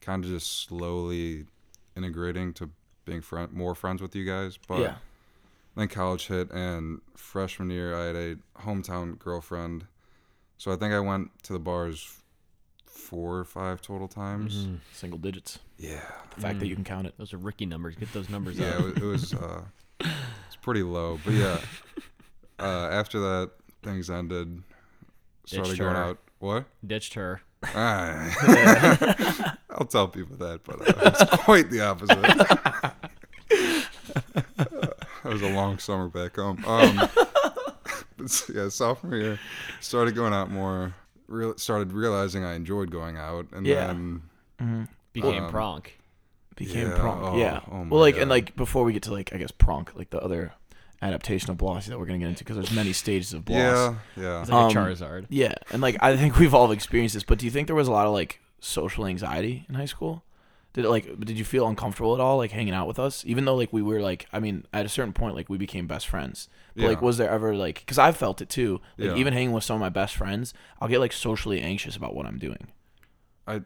D: kind of just slowly integrating to being friend, more friends with you guys. But
A: yeah.
D: then college hit, and freshman year, I had a hometown girlfriend. So I think I went to the bars four or five total times.
A: Mm-hmm. Single digits.
D: Yeah.
A: The fact that you can count it.
B: Those are Ricky numbers. Get those numbers
D: Yeah,
B: up.
D: it was, it was uh, it's pretty low, but yeah. Uh, after that, things ended. Started going
B: her.
D: out. What?
B: Ditched her.
D: Ah. I'll tell people that, but uh, it's quite the opposite. that was a long summer back home. Um, but s- yeah, sophomore year, started going out more. Real, started realizing I enjoyed going out, and
A: Yeah.
D: then
B: Became
D: Um,
B: pronk.
A: Became
D: Yeah,
A: pronk.
D: oh,
A: yeah.
D: oh my
A: well, like,
D: God.
A: and like before we get to like, I guess pronk, like the other adaptation of Blossy that we're gonna get into, because there's many stages of Bloss.
D: yeah, yeah,
B: It's like a
A: Um,
B: Charizard.
A: Yeah, and like I think we've all experienced this, but do you think there was a lot of like social anxiety in high school? Did it, like did you feel uncomfortable at all like hanging out with us? Even though like we were like I mean at a certain point like we became best friends. But like
D: Yeah.
A: was there ever like because I felt it too. Like
D: Yeah.
A: even hanging with some of my best friends, I'll get like socially anxious about what I'm doing.
D: I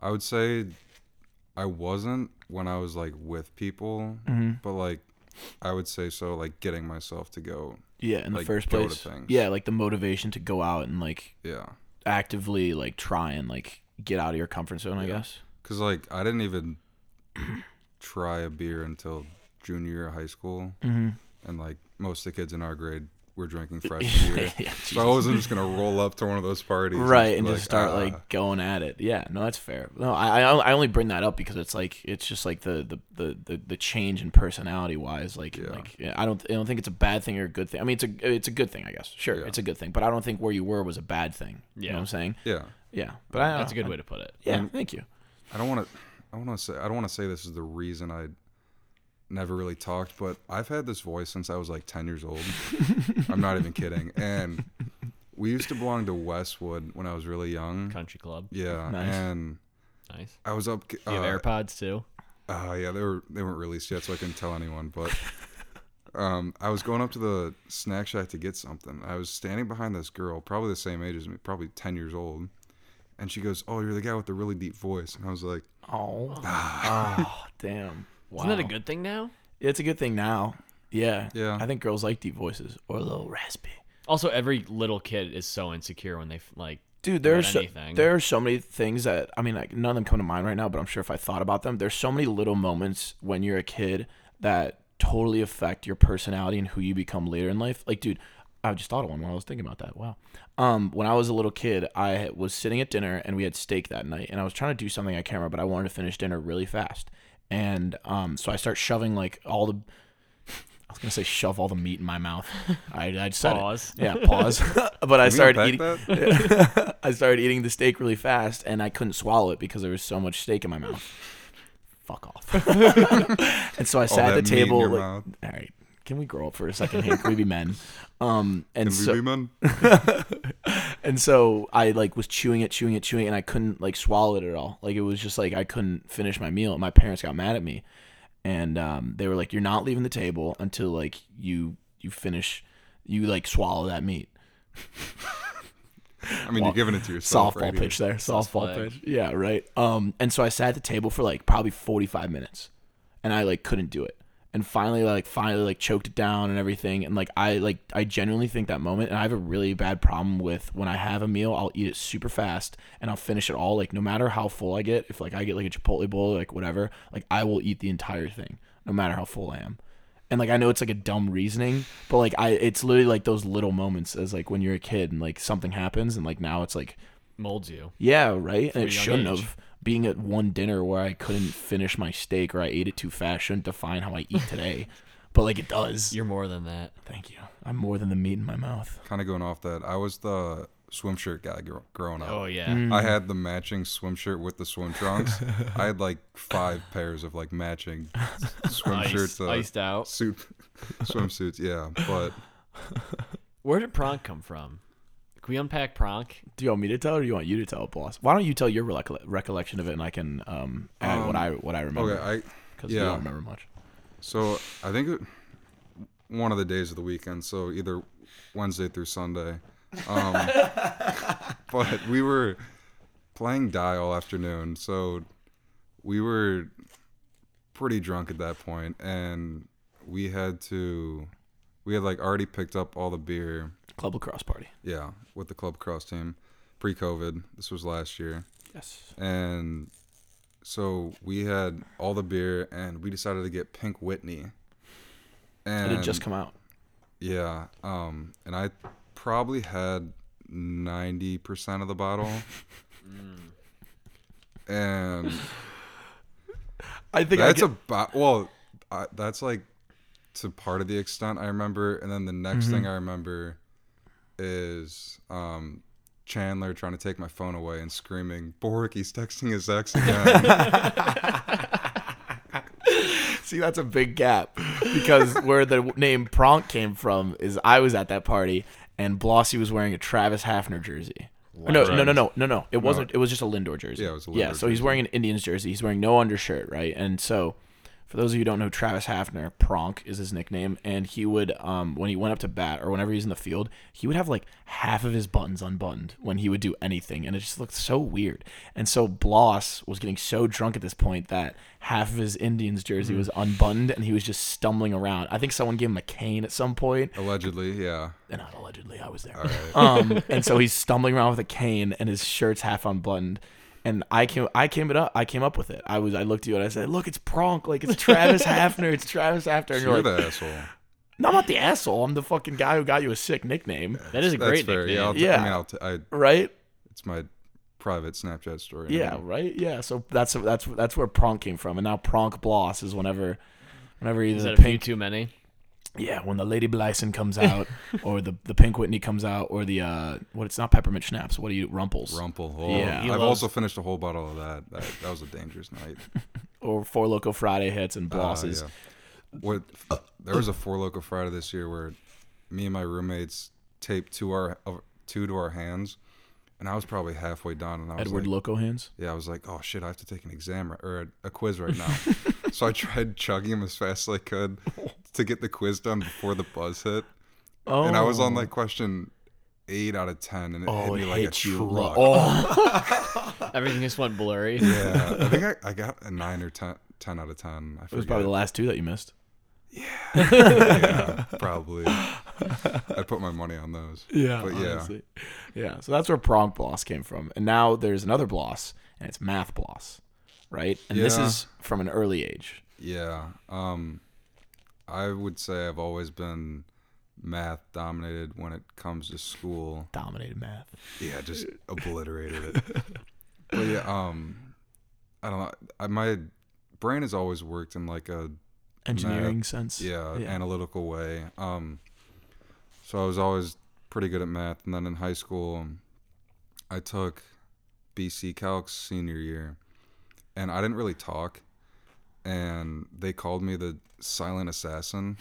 D: I would say I wasn't when I was like with people,
A: Mm-hmm.
D: but like I would say so like getting myself to go.
A: Yeah, in the
D: Like,
A: first
D: go to
A: place.
D: things.
A: Yeah, like the motivation to go out and like
D: Yeah.
A: actively like try and like get out of your comfort zone. I guess.
D: Cuz like I didn't even try a beer until junior year of high school.
A: Mm-hmm.
D: And like most of the kids in our grade were drinking freshman year.
A: Yeah,
D: so I wasn't just going to roll up to one of those parties
A: right
D: be
A: and just start
D: "Ah."
A: like going at it yeah no that's fair no I, I I only bring that up because it's like it's just like the the the, the, the change in personality wise like
D: Yeah.
A: like yeah, i don't i don't think it's a bad thing or a good thing i mean it's a it's a good thing i guess sure
D: Yeah.
A: it's a good thing but i don't think where you were was a bad thing you know
B: Yeah.
A: what i'm saying
D: Yeah.
A: yeah but I,
B: That's a good
A: I-
B: way to put it.
A: yeah thank you
D: I don't want to. I want to say. I don't want to say this is the reason I never really talked, but I've had this voice since I was like ten years old. I'm not even kidding. And we used to belong to Westwood when I was really young.
B: Country club.
D: Yeah,
A: Nice.
D: and
B: Nice.
D: I was up.
B: You
D: uh,
B: have AirPods too.
D: uh, yeah, they were they weren't released yet, so I couldn't tell anyone. But um, I was going up to the snack shack to get something. I was standing behind this girl, probably the same age as me, probably ten years old, and she goes, "Oh, you're the guy with the really deep voice," and I was like.
A: oh oh damn wow
B: Isn't that a good thing now?
A: it's a good thing now yeah
D: Yeah.
A: i think girls like deep voices or a little raspy
B: Also, every little kid is so insecure when they f- like.
A: Dude, there's
B: about
A: so,
B: anything.
A: there are so many things that I mean, like none of them come to mind right now. But I'm sure if I thought about them, there's so many little moments when you're a kid that totally affect your personality and who you become later in life. Like, dude, I just thought of one while I was thinking about that. Wow. Um, when I was a little kid, I was sitting at dinner and we had steak that night, and I was trying to do something I can't remember, but I wanted to finish dinner really fast, and um, so I start shoving like all the. I was gonna say shove all the meat in my mouth. I I said it.
B: Pause.
A: Yeah, pause. but I
D: "Can we
A: started
D: unpack
A: eating.
D: that?"
A: I started eating the steak really fast, and I couldn't swallow it because there was so much steak in my mouth. Fuck off. and so I sat
D: that
A: at the
D: meat in
A: table.
D: your
A: like,
D: mouth.
A: All right, can we grow up for a second here? Can we be men? Um, and
D: Can we
A: so
D: be men?
A: and so I like was chewing it, chewing it, chewing, it, and I couldn't like swallow it at all. Like it was just like I couldn't finish my meal. And my parents got mad at me, and um, they were like, "You're not leaving the table until like you you finish, you like swallow that meat."
D: I mean, you're giving it to yourself.
A: softball
D: right?
A: pitch there. Softball
B: flag.
A: pitch. Yeah, right. Um, and so I sat at the table for like probably forty five minutes, and I like couldn't do it. And finally, like finally, like choked it down and everything. And like I like I genuinely think that moment. And I have a really bad problem with when I have a meal, I'll eat it super fast and I'll finish it all. Like no matter how full I get, if like I get like a Chipotle bowl, like whatever, like I will eat the entire thing, no matter how full I am. And like I know it's like a dumb reasoning, but like I, it's literally like those little moments as like when you're a kid and like something happens and like now it's like
B: Molds you.
A: yeah, right. And
B: a young
A: it shouldn't
B: age.
A: have. Being at one dinner where I couldn't finish my steak or I ate it too fast shouldn't define how I eat today. but like it does.
B: You're more than that.
A: Thank you. I'm more than the meat in my mouth.
D: Kind of going off that. I was the swim shirt guy gr- growing up.
B: Oh yeah.
D: I had the matching swim shirt with the swim trunks. I had like five pairs of like matching swim
B: Ice,
D: shirts, uh,
B: iced out.
D: suit, swimsuits. Yeah, but
B: Where did pronk come from? Can we unpack pronk?
A: Do you want me to tell, or do you want you to tell, boss? Why don't you tell your recolle- recollection of it, and I can um, add what I what I
D: okay.
A: remember
D: I
A: because you
D: yeah.
A: don't remember much.
D: so I think it, one of the days of the weekend. So either Wednesday through Sunday. Um, but we were playing die all afternoon, so we were pretty drunk at that point, and we had to we had like already picked up all the beer
A: Club lacrosse party.
D: yeah, with the club cross team pre COVID. This was last year.
A: Yes.
D: And so we had all the beer and we decided to get Pink Whitney.
A: It
D: And
A: had just come out.
D: yeah. Um, and I probably had 90% of the bottle. Mm. and
A: I think
D: that's about, well, I, that's like to part of the extent I remember. And then the next
A: Mm-hmm.
D: thing I remember is um, Chandler trying to take my phone away and screaming, Boric, he's texting his ex again.
A: See, that's a big gap because where the name Pronk came from is I was at that party and Blossy was wearing a Travis Hafner jersey. Or No, no, no, no, no, no. It wasn't. It was just a Lindor jersey.
D: Yeah, it was a
A: yeah.
D: Lindor
A: So he's wearing an Indians jersey. He's wearing no undershirt, right? And so, for those of you who don't know, Travis Hafner, Pronk is his nickname, and he would, um, when he went up to bat or whenever he's in the field, he would have like half of his buttons unbuttoned when he would do anything, and it just looked so weird. And so Bloss was getting so drunk at this point that half of his Indians
D: Mm.
A: jersey was unbuttoned, and he was just stumbling around. I think someone gave him a cane at some point,
D: Allegedly, yeah.
A: and not allegedly I was there. Um, and so he's stumbling around with a cane and his shirt's half unbuttoned. And I came, I came it up, I came up with it. I was, I looked at you and I said, "Look, it's Pronk, like it's Travis Hafner, it's Travis Hafner." And
D: You're
A: you're like,
D: the asshole.
A: "No, I'm not the asshole. I'm the fucking guy who got you a sick nickname,
B: That is a
D: That's
B: great
D: fair.
B: nickname.
D: Yeah, I'll t-
A: Yeah.
D: I mean, I'll t- I,
A: right?"
D: it's my private Snapchat story.
A: Yeah, right. Yeah. So that's that's that's where Pronk came from, and now Pronk Bloss is whenever, whenever either
B: Is
A: the
B: that a
A: pink
B: few too many?
A: Yeah, when the Lady Blyson comes out, or the the Pink Whitney comes out, or the uh, what? It's not peppermint schnapps. What do you Rumples?
D: Rumple. Oh,
A: Yeah.
D: I've
A: He
B: loves-
D: also finished a whole bottle of that. That, that was a dangerous night.
A: or Four Loco Friday hits and Blosses.
D: Uh, yeah. What there was a four local Friday this year where me and my roommates taped two our of- two to our hands, and I was probably halfway done, and I was
A: Edward
D: like,
A: Loco hands.
D: yeah, I was like, oh shit, I have to take an exam ri- or a, a quiz right now. so I tried chugging them as fast as I could to get the quiz done before the buzz hit,
A: Oh,
D: and I was on like question eight out of ten, and it hit
A: oh,
D: me
A: it
D: like a
A: hits you.
D: truck.
A: lo- Oh,
B: Everything just went blurry.
D: Yeah, I think I, I got a nine or ten, 10 out of ten. I
A: it was
D: forget.
A: probably the last two that you missed.
D: yeah, probably. I put my money on those.
A: Yeah,
D: But yeah.
A: honestly. yeah. So that's where Pronk Bloss came from, and now there's another Bloss, and it's Math Bloss, right? And this
D: Yeah.
A: is from an early age.
D: Yeah. Um I would say I've always been math dominated when it comes to school.
A: Dominated math.
D: Yeah, just obliterated it. But yeah, um I don't know. I, my brain has always worked in like a
A: Engineering sense.
D: yeah,
A: Yeah.
D: analytical way. Um, so I was always pretty good at math, and then in high school, um, I took BC Calc senior year, and I didn't really talk, and they called me the silent assassin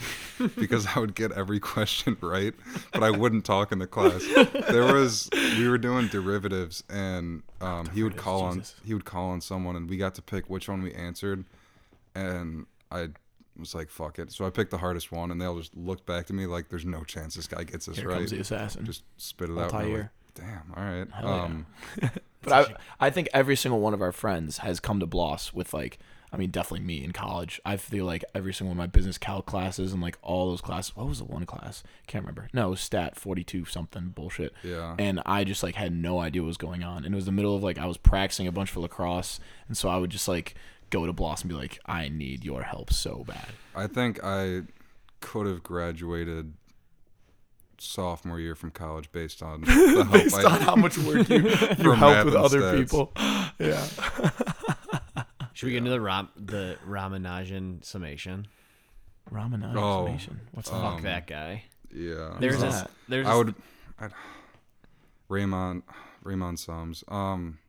D: because I would get every question right, but I wouldn't talk in the class. There was we were doing derivatives, and um, he would call on
A: Jesus.
D: he would call on someone, and we got to pick which one we answered, and I was like, "Fuck it." So I picked the hardest one, and they all just looked back to me like, "There's no chance this guy gets this
A: Here
D: right."
A: comes the assassin.
D: Just spit it out. and they're like, Damn. All right.
A: yeah.
D: um,
A: But I, I think every single one of our friends has come to Bloss with like, I mean, definitely me in college. I feel like every single one of my business cal classes and like all those classes. What was the one class? Can't remember. No, it was stat forty two something bullshit.
D: Yeah.
A: And I just like had no idea what was going on, and it was the middle of like I was practicing a bunch for lacrosse, and so I would just like go to Bloss and be like, I need your help so bad.
D: I think I could have graduated sophomore year from college based on the help I
A: How much work you you
D: From
A: helped
D: math
A: with
D: and
A: other
D: stats.
A: people? Yeah.
B: Should we get into the ram the Ramanajan summation?
A: Ramanaj
D: Oh, um,
A: Nation. What's the
B: Fuck that guy.
D: Yeah.
B: There's
D: um,
B: this. There's.
D: I
B: this-
D: would. I'd, Raymond. Raymond Sums. Um.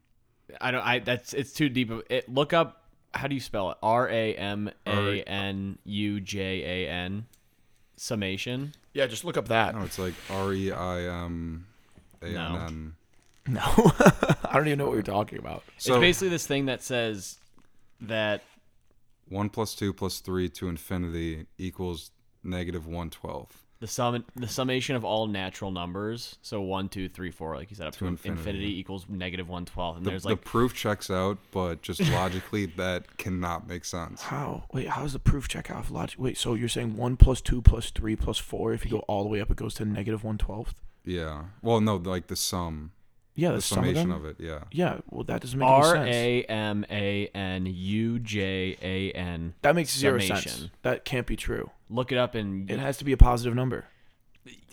B: I don't. I. That's. It's too deep. Of, it. Look up. How do you spell it? R A M A N U J A N. Summation.
A: Yeah, just look up that.
D: No, it's like R E I M A N N.
A: No, I don't even know what you're talking about.
D: So
B: it's basically this thing that says that.
D: one plus two plus three to infinity equals negative one twelfth.
B: the sum the summation of all natural numbers. So one, two, three, four, like you said, up to, infinity.
D: infinity.
B: equals negative one twelfth. And
D: The,
B: there's
D: the
B: like
D: proof checks out, but just logically that cannot make sense.
A: How? Wait, how's the proof check off logic? Wait, so you're saying 1 plus 2 plus 3 plus 4, if you go all the way up, it goes to negative 1 12th?
D: Yeah. Well, no, like the sum,
A: Yeah,
D: the
A: that's some of
D: summation
A: them.
D: of, it. Yeah.
A: Yeah, well, that doesn't make
B: R
A: any sense.
B: A M A N U J A N.
A: That makes zero sense.
B: Summation.
A: That can't be true.
B: Look it up and
A: It has to be a positive number.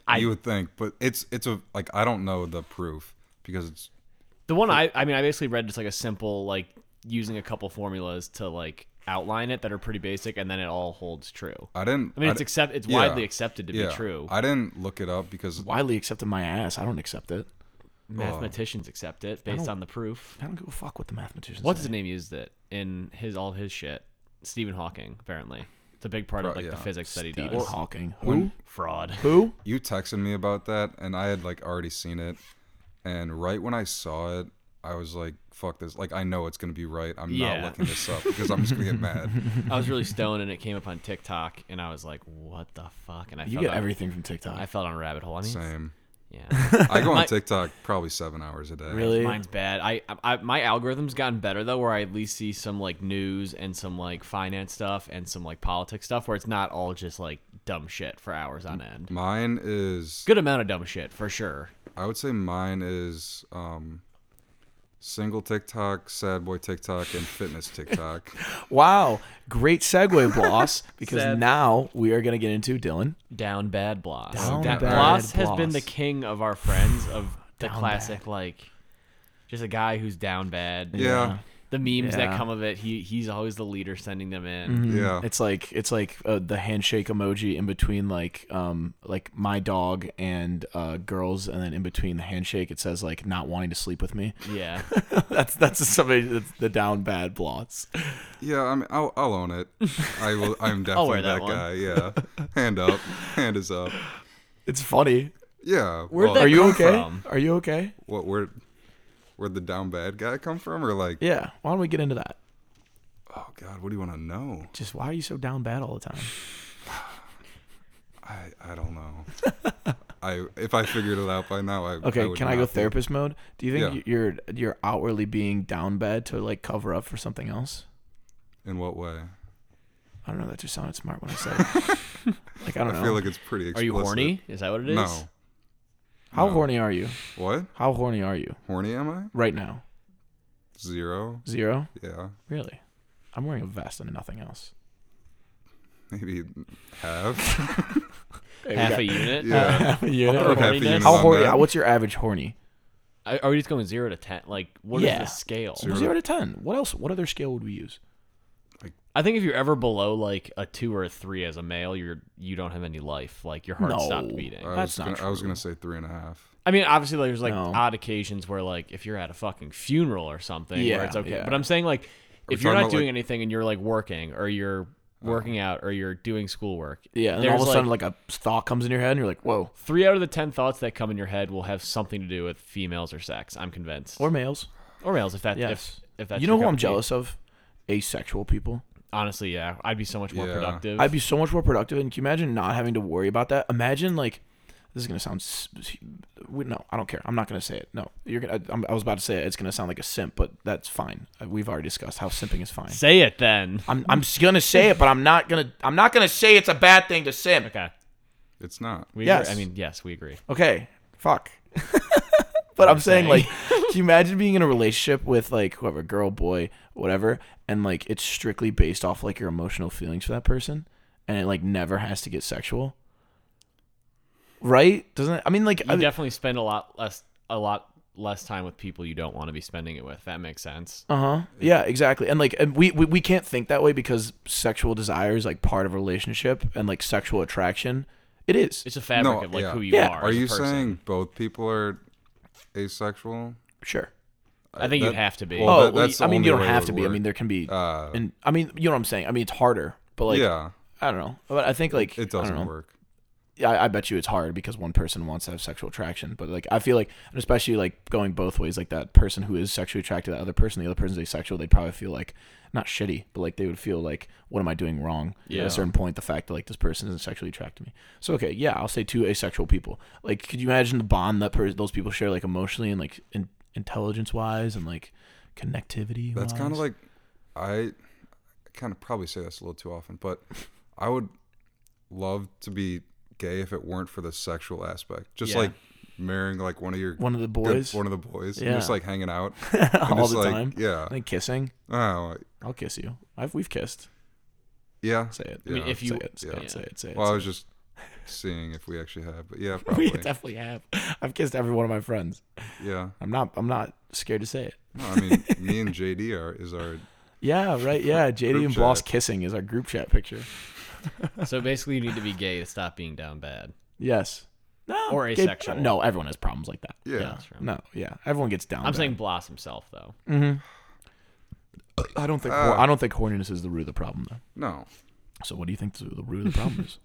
B: I-
D: you would think, but it's it's a like I don't know the proof because it's
B: The one I, I mean, I basically read just like a simple, like using a couple formulas to like outline it that are pretty basic, and then it all holds true.
D: I didn't.
B: I mean, it's
D: di-
B: accept, it's
D: yeah.
B: widely accepted to
D: yeah.
B: be true.
D: I didn't look it up because
A: Widely accepted my ass. I don't accept it.
D: um,
B: Mathematicians accept it based on the proof.
A: I don't give a fuck what the mathematicians
B: What's
A: say.
B: his name used it in his all his shit? Stephen Hawking, apparently. It's a big part of
D: Pro-
B: like the
D: yeah.
B: physics that he
A: Stephen
B: does.
A: Hawking. Who?
B: Fraud.
A: Who?
D: you texted me about that, and I had like already seen it, and right when I saw it, I was like, "Fuck this!" Like I know it's gonna be right. I'm
B: Yeah.
D: not looking this up because I'm just gonna get mad.
B: I was really stoned and it came up on TikTok, and I was like, "What the fuck?" And I
A: You
B: fell
A: get
B: down-
A: everything from TikTok.
B: I fell down a rabbit hole. I mean,
D: Same.
B: yeah.
D: I go
B: My-
D: on TikTok probably seven hours a day.
A: really?
B: Mine's bad. I, I my algorithm's gotten better though, where I at least see some like news and some like finance stuff and some like politics stuff, where it's not all just like dumb shit for hours on end.
D: Mine is.
B: Good amount of dumb shit for sure.
D: I would say mine is. um Single TikTok, sad boy TikTok, and fitness TikTok.
A: Wow. Great segue, boss, because now we are going to get into Dylan.
B: Down bad Bloss.
A: Down
B: that
A: bad
B: Bloss has
A: Bloss.
B: been the king of our friends of the classic
A: bad.
B: like, just a guy who's down bad.
D: Yeah,
B: The memes
A: Yeah. Mm-hmm.
B: that come of it, he he's always the leader sending them in.
D: yeah.
A: It's like it's like uh, the handshake emoji in between like um like my dog and uh, girls, and then in between the handshake it says like not wanting to sleep with me.
B: Yeah.
A: that's that's somebody that's the down bad blots.
D: Yeah, I mean, I'll, I'll own it. I will. I'm definitely
B: wear that
D: that,
B: one.
D: guy. Yeah, hand up, hand is up.
A: It's funny.
D: Yeah.
B: Where'd
D: well,
B: that
A: Are you
B: come
A: okay?
B: from?
A: Are you okay?
D: What? Where? Where'd the down bad guy come from? Or like,
A: Yeah. Why don't we get into that?
D: oh god, what do you want to know?
A: Just why are you so down bad all the time?
D: I I don't know. I if I figured it out by now, I I
A: Okay,
D: would
A: can I go
D: not be.
A: therapist mode? Do you think
D: Yeah.
A: you're you're outwardly being down bad to like cover up for something else?
D: In what way?
A: I don't know. That just sounded smart when I said. it. like I don't
D: I
A: know.
D: feel like it's pretty.
B: Are
D: Explicit.
B: you horny? Is that what it is?
D: No.
A: How
D: no.
A: horny are you?
D: What?
A: How horny are you
D: Horny am I?
A: right now?
D: Zero.
A: Zero.
D: Yeah.
A: Really? I'm wearing a vest and nothing else.
D: Maybe half.
B: Half a unit.
D: Yeah.
B: Or
D: Half a
B: horniness?
D: unit
A: How
D: on
A: horny?
D: that.
A: What's your average horny?
B: I- Are we just going zero to ten? Like, what is
A: Yeah.
B: the scale?
D: Zero.
A: Zero, to ten. What else? What other scale would we use?
B: I think if you're ever below like a two or a three as a male, you're you don't have any life. Like your heart
A: No.
B: stopped beating.
D: I
A: That's
D: was gonna,
A: not
D: I was
A: true.
D: gonna say three and a half.
B: I mean, obviously, like, there's like
A: No.
B: odd occasions where like if you're at a fucking funeral or something,
A: Yeah,
B: where it's okay.
A: yeah.
B: But I'm saying like
D: we
B: if you're
D: talking
B: not
D: about,
B: doing
D: like-
B: anything and you're like working or you're working out or you're doing schoolwork,
A: Uh-huh. Yeah. And then all
B: there's
A: of a
B: like,
A: sudden, like, a thought comes in your head, and you're like, "Whoa!"
B: three out of the ten thoughts that come in your head will have something to do with females or sex. I'm convinced,
A: Or
B: or,
A: males.
B: males if that
A: Yes.
B: if, if that's
A: you
B: your
A: know who
B: cup
A: I'm
B: of tea.
A: jealous of? Asexual people.
B: Honestly, yeah, I'd be so much more
D: Yeah.
B: productive.
A: I'd be so much more productive. And can you imagine not having to worry about that? Imagine like this is gonna sound. s- s- we- No, I don't care. I'm not gonna say it. No, you're gonna. I, I'm- I was about to say it. it's gonna sound like a simp, but that's fine. Uh, We've already discussed how simping is fine.
B: Say it then.
A: I'm I'm s- gonna say it, but I'm not gonna. I'm not gonna say it's a bad thing to simp.
B: Okay.
D: It's not.
B: We
A: Yes.
B: agree. I mean, yes, we agree.
A: Okay, fuck. but I'm saying, like, can you imagine being in a relationship with like whoever, girl, boy, whatever, and like it's strictly based off like your emotional feelings for that person, and it like never has to get sexual, right? Doesn't it, I mean like
B: You
A: I,
B: definitely spend a lot less a lot less time with people you don't want to be spending it with. That makes sense.
A: Uh huh. Yeah, exactly. And like, and we, we we can't think that way because sexual desire is like part of a relationship, and like sexual attraction, it is.
B: It's a fabric
D: No,
B: of like
D: yeah.
B: who you
A: Yeah.
B: are.
D: Are
B: as a
D: you
B: person.
D: saying both people are asexual?
A: Sure.
B: I think you'd
D: that-
B: have to be.
D: well,
A: oh,
D: that-
A: well,
D: that's
A: I
D: the
A: mean, you
D: only
A: don't
D: way it
A: have to
D: would
A: be. I
D: work.
A: mean, there can be.
D: Uh,
A: and I mean, you know what I'm saying. I mean, it's harder, but like,
D: yeah,
A: I don't know. But I think like
D: it
A: I don't
D: doesn't
A: know.
D: work.
A: I, I bet you it's hard because one person wants to have sexual attraction, but like I feel like, and especially like going both ways, like that person who is sexually attracted to that other person, the other person's asexual, they'd probably feel like not shitty, but like they would feel like, what am I doing wrong? At
B: Yeah.
A: a certain point, the fact that like this person isn't sexually attracted to me. So okay, yeah, I'll say two asexual people. Like, could you imagine the bond that per- those people share, like emotionally and like in- intelligence wise and like connectivity?
D: That's kind of like I kind of probably say this a little too often, but I would love to be gay if it weren't for the sexual aspect. Just
B: Yeah.
D: like marrying like one of your
A: one of the
D: good-
A: boys
D: one of the boys, and
A: Yeah.
D: just like hanging out and
A: all
D: just,
A: the
D: like,
A: time.
D: Yeah.
A: Like kissing.
D: Oh,
A: I'll kiss you. I've we've kissed.
D: yeah.
A: Say it.
B: I mean,
D: Yeah,
B: if you
A: say it. Say
B: yeah.
A: it. Say it. Say it.
D: Well, I
A: say
D: was just seeing if we actually have, but yeah,
A: it. we
D: probably.
A: definitely have. I've kissed every one of my friends.
D: yeah.
A: I'm not. I'm not scared to say it.
D: No, I mean, me and JD are is our
A: Yeah. Right. Yeah. JD
D: Group
A: and Bloss
D: chat.
A: kissing is our group chat picture.
B: so basically, you need to be gay to stop being down bad.
A: Yes. No.
B: Or
A: gay-
B: asexual.
A: no. Everyone has problems like that.
D: Yeah.
B: true.
A: No. Yeah. Everyone gets down.
B: I'm
A: bad.
B: saying Bloss himself though.
A: I don't think.
D: Ah.
A: I don't think horniness is the root of the problem though.
D: no,
A: So what do you think the the root of the problem is?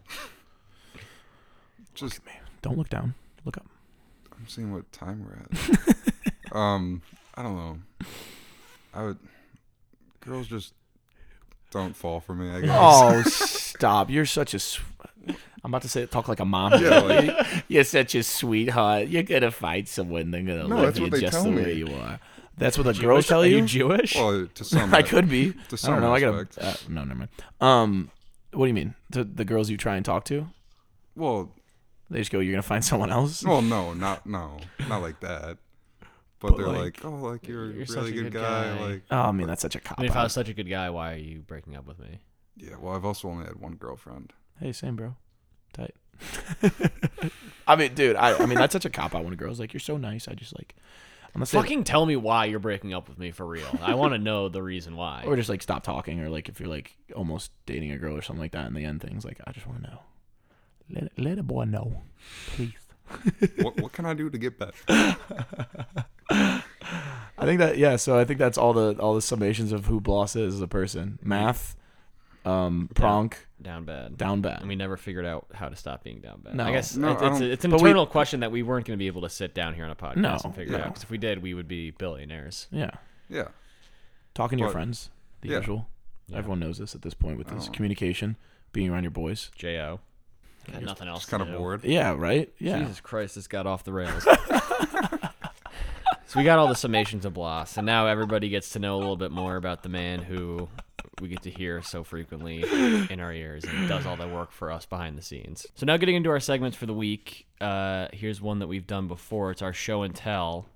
D: just
A: Don't look down. Look up.
D: I'm seeing what time we're at. um, I don't know. I would. Girls just don't fall for me. I guess.
A: Oh, stop! You're such a. Sw- I'm about to say talk like a mom.
D: Yeah, like,
A: You're such a sweetheart. You're gonna find someone. They're gonna
D: No,
A: love
D: that's
A: you
D: what they
A: just
D: tell
A: the
D: me.
A: way you are. That's what the girls tell
B: Are
A: you.
B: Jewish?
D: well, to some,
A: I could be.
D: To
A: I don't
D: some
A: know. I
D: aspect.
A: gotta. Uh, no, never mind. Um, what do you mean? The, the girls you try and talk to,
D: Well,
A: they just go, "You're gonna find someone else."
D: well, no, not no, not like that. But,
A: But,
D: they're
A: like,
D: like, oh, like you're,
B: you're
D: a
B: such
D: really
B: a
D: good,
B: good
D: guy.
B: guy."
D: Like,
A: Oh, I mean, that's such a cop
B: I mean, if I was
A: out.
B: such a good guy, why are you breaking up with me?
D: yeah. Well, I've also only had one girlfriend.
A: Hey, same bro. Tight. I mean, dude. I, I mean, that's such a cop out when a girl's like, "You're so nice." I just like, unless they,
B: Fucking tell me why you're breaking up with me for real. I want to know the reason why.
A: or just like stop talking, or like if you're like almost dating a girl or something like that, and they end things like, "I just want to know." Let let a boy know, please.
D: what, what can I do to get better?
A: I think that yeah. So I think that's all the all the summations of who Bloss is as a person: math, um, pronk,
B: down bad.
A: down bad.
B: and we never figured out how to stop being down bad.
A: No.
B: I guess
D: No,
B: it's,
D: I
B: it's,
D: don't-
B: it's an
A: But we-
B: internal question that we weren't going to be able to sit down here on a podcast
A: No,
B: and figure
D: yeah.
B: out. Because if we did, we would be billionaires.
A: yeah,
D: Yeah.
A: talking to your
D: But-
A: friends, the
D: yeah.
A: usual. Everyone knows this at this point with this communication, being around your boys.
B: Jo, got nothing else.
D: It's kind
B: to
D: of
B: do.
D: bored.
A: Yeah, right. Yeah,
B: Jesus Christ, this got off the rails. so we got all the summations of Bloss, and now everybody gets to know a little bit more about the man who we get to hear so frequently in our ears and does all the work for us behind the scenes. So now getting into our segments for the week, uh, here's one that we've done before. It's our show and tell.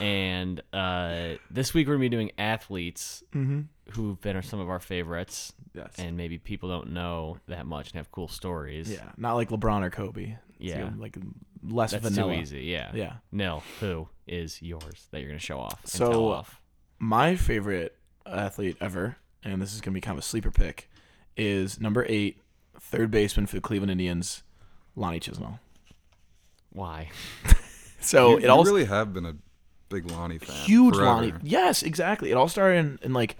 B: And uh, this week we're going to be doing athletes
A: Mm-hmm.
B: who've been some of our favorites
A: Yes.
B: and maybe people don't know that much and have cool stories.
A: yeah. Not like LeBron or Kobe. It's,
B: Yeah.
A: you know, like less
B: That's
A: vanilla.
B: too easy. Yeah.
A: Yeah.
B: Nil, who is yours that you're gonna show off? And
A: So- uh,
B: tell off?
A: My favorite athlete ever, and this is gonna be kind of a sleeper pick, is number eight, third baseman for the Cleveland Indians, Lonnie Chisnell.
B: why?
A: So
D: you,
A: it all
D: you really have been a big Lonnie fan.
A: huge
D: forever.
A: Lonnie. Yes, exactly. It all started in, in like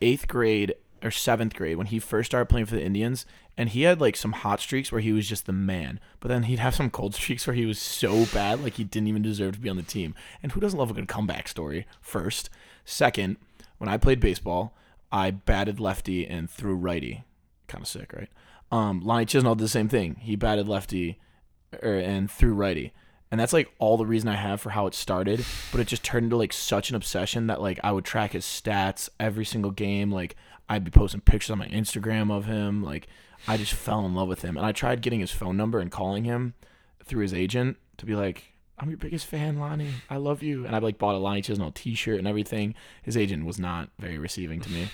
A: eighth grade or seventh grade when he first started playing for the Indians, and he had like some hot streaks where he was just the man. But then he'd have some cold streaks where he was so bad, like he didn't even deserve to be on the team. And who doesn't love a good comeback story? First, second, when I played baseball, I batted lefty and threw righty. Kind of sick, right? Um, Lonnie Chisnell did the same thing. He batted lefty er, and through righty. And that's like all the reason I have for how it started, but it just turned into like such an obsession that like I would track his stats every single game. Like I'd be posting pictures on my Instagram of him. Like I just fell in love with him. And I tried getting his phone number and calling him through his agent to be like, I'm your biggest fan, Lonnie. I love you. And I like bought a Lonnie Chisnell t shirt and everything. His agent was not very receiving to me.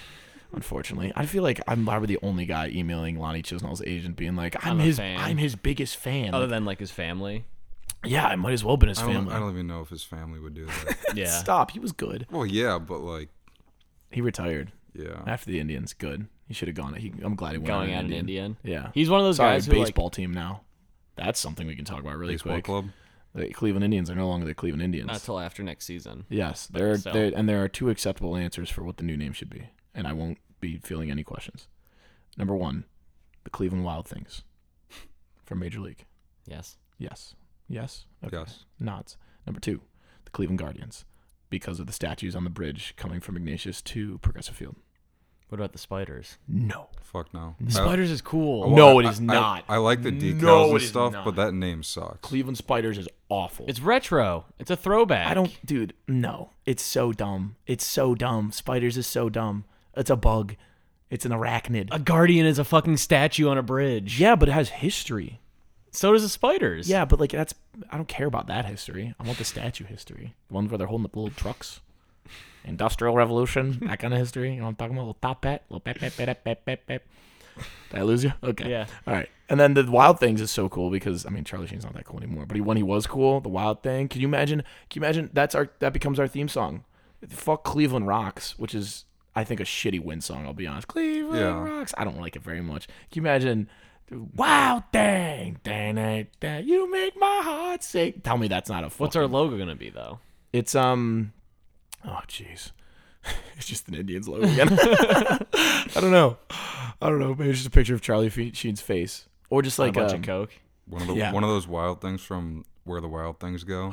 A: Unfortunately, I feel like I'm probably the only guy emailing Lonnie Chisnell's agent, being like, "I'm,
B: I'm a
A: his,
B: fan.
A: I'm his biggest fan."
B: Other than like his family.
A: Yeah, it might as well have been his
D: Oh, I don't,
A: family.
D: I don't even know if his family would do that.
B: Yeah.
A: Stop. He was good.
D: well, Oh, yeah, but like,
A: He retired
D: yeah.
A: after the Indians. Good. He should have gone. He, I'm glad he went.
B: Going
A: on
B: out in Indian.
A: Yeah.
B: He's one of those
A: Sorry,
B: guys who
A: baseball team now. That's something we can talk about really
D: Baseball
A: quick.
D: club.
A: The Cleveland Indians are no longer the Cleveland Indians.
B: like not till after next season.
A: yes, there are
B: so-
A: there, and there are two acceptable answers for what the new name should be, and I won't be fielding any questions. Number one, the Cleveland Wild Things. from Major League?
B: Yes.
A: Yes. Yes.
D: Yes.
A: Nods. Number two, the Cleveland Guardians, because of the statues on the bridge coming from Ignatius to Progressive Field.
B: What about the spiders?
A: No.
D: Fuck no. I-
B: Spiders is cool.
A: No, it is
D: I- I-
A: not.
D: I, like the decals
A: No,
D: and
A: it is
D: stuff,
A: not.
D: but that name sucks.
A: Cleveland Spiders is awful.
B: It's retro. It's a throwback.
A: I don't, dude. No, it's so dumb. It's so dumb. Spiders is so dumb. It's a bug. It's an arachnid.
B: A guardian is a fucking statue on a bridge.
A: yeah, but it has history.
B: So does the spiders.
A: Yeah, but like that's I don't care about that history. I want the statue history. The ones where they're holding up little trucks. Industrial Revolution, that kind of history. You know what I'm talking about? Little top hat, little pep, pep, pep, pep, pep, pep. Did I lose you? Okay.
B: Yeah.
A: All right. And then the Wild Things is so cool because I mean Charlie Sheen's not that cool anymore, but he, when he was cool, the Wild Thing. Can you imagine? Can you imagine? That's our that becomes our theme song. Fuck Cleveland Rocks, which is I think a shitty win song. I'll be honest. Cleveland
D: Yeah.
A: Rocks. I don't like it very much. Can you imagine? Wild Thing, dang, dang, dang, you make my heart sing. Tell me that's not a.
B: What's
A: fucking-
B: our logo gonna be though?
A: It's um. Oh jeez. It's just an Indians logo again. I don't know. I don't know. Maybe it's just a picture of Charlie Fe- Sheen's face, or just like
B: Like a bunch
A: um,
B: of coke.
D: One of the,
A: Yeah.
D: one of those wild things from Where the Wild Things Go.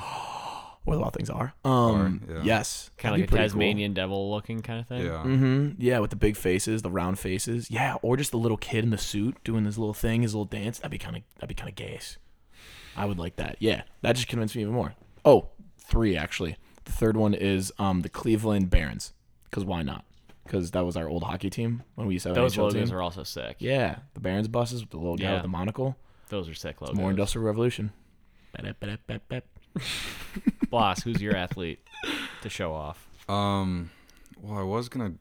A: where the wild things are. Um,
D: Are, yeah.
A: yes, That'd be
B: Kind of like a
A: pretty cool.
B: Tasmanian devil looking kind of thing.
D: Yeah.
A: Mm, yeah, with the big faces, the round faces. Yeah, or just the little kid in the suit doing his little thing, his little dance. That'd be kind of that'd be kind of gay. I would like that. Yeah, that just convinced me even more. Oh, three actually. The third one is um the Cleveland Barons, because why not? Because that was our old hockey team when we used to have an
B: Those
A: NHL
B: logos
A: team.
B: are also sick.
A: Yeah, the Barons buses with the little guy
B: Yeah.
A: with the monocle.
B: Those are sick logos.
A: More Industrial Revolution. Ba-da, ba-da, ba-da, ba-da.
B: Boss, who's your athlete to show off?
D: Um. Well, I was gonna.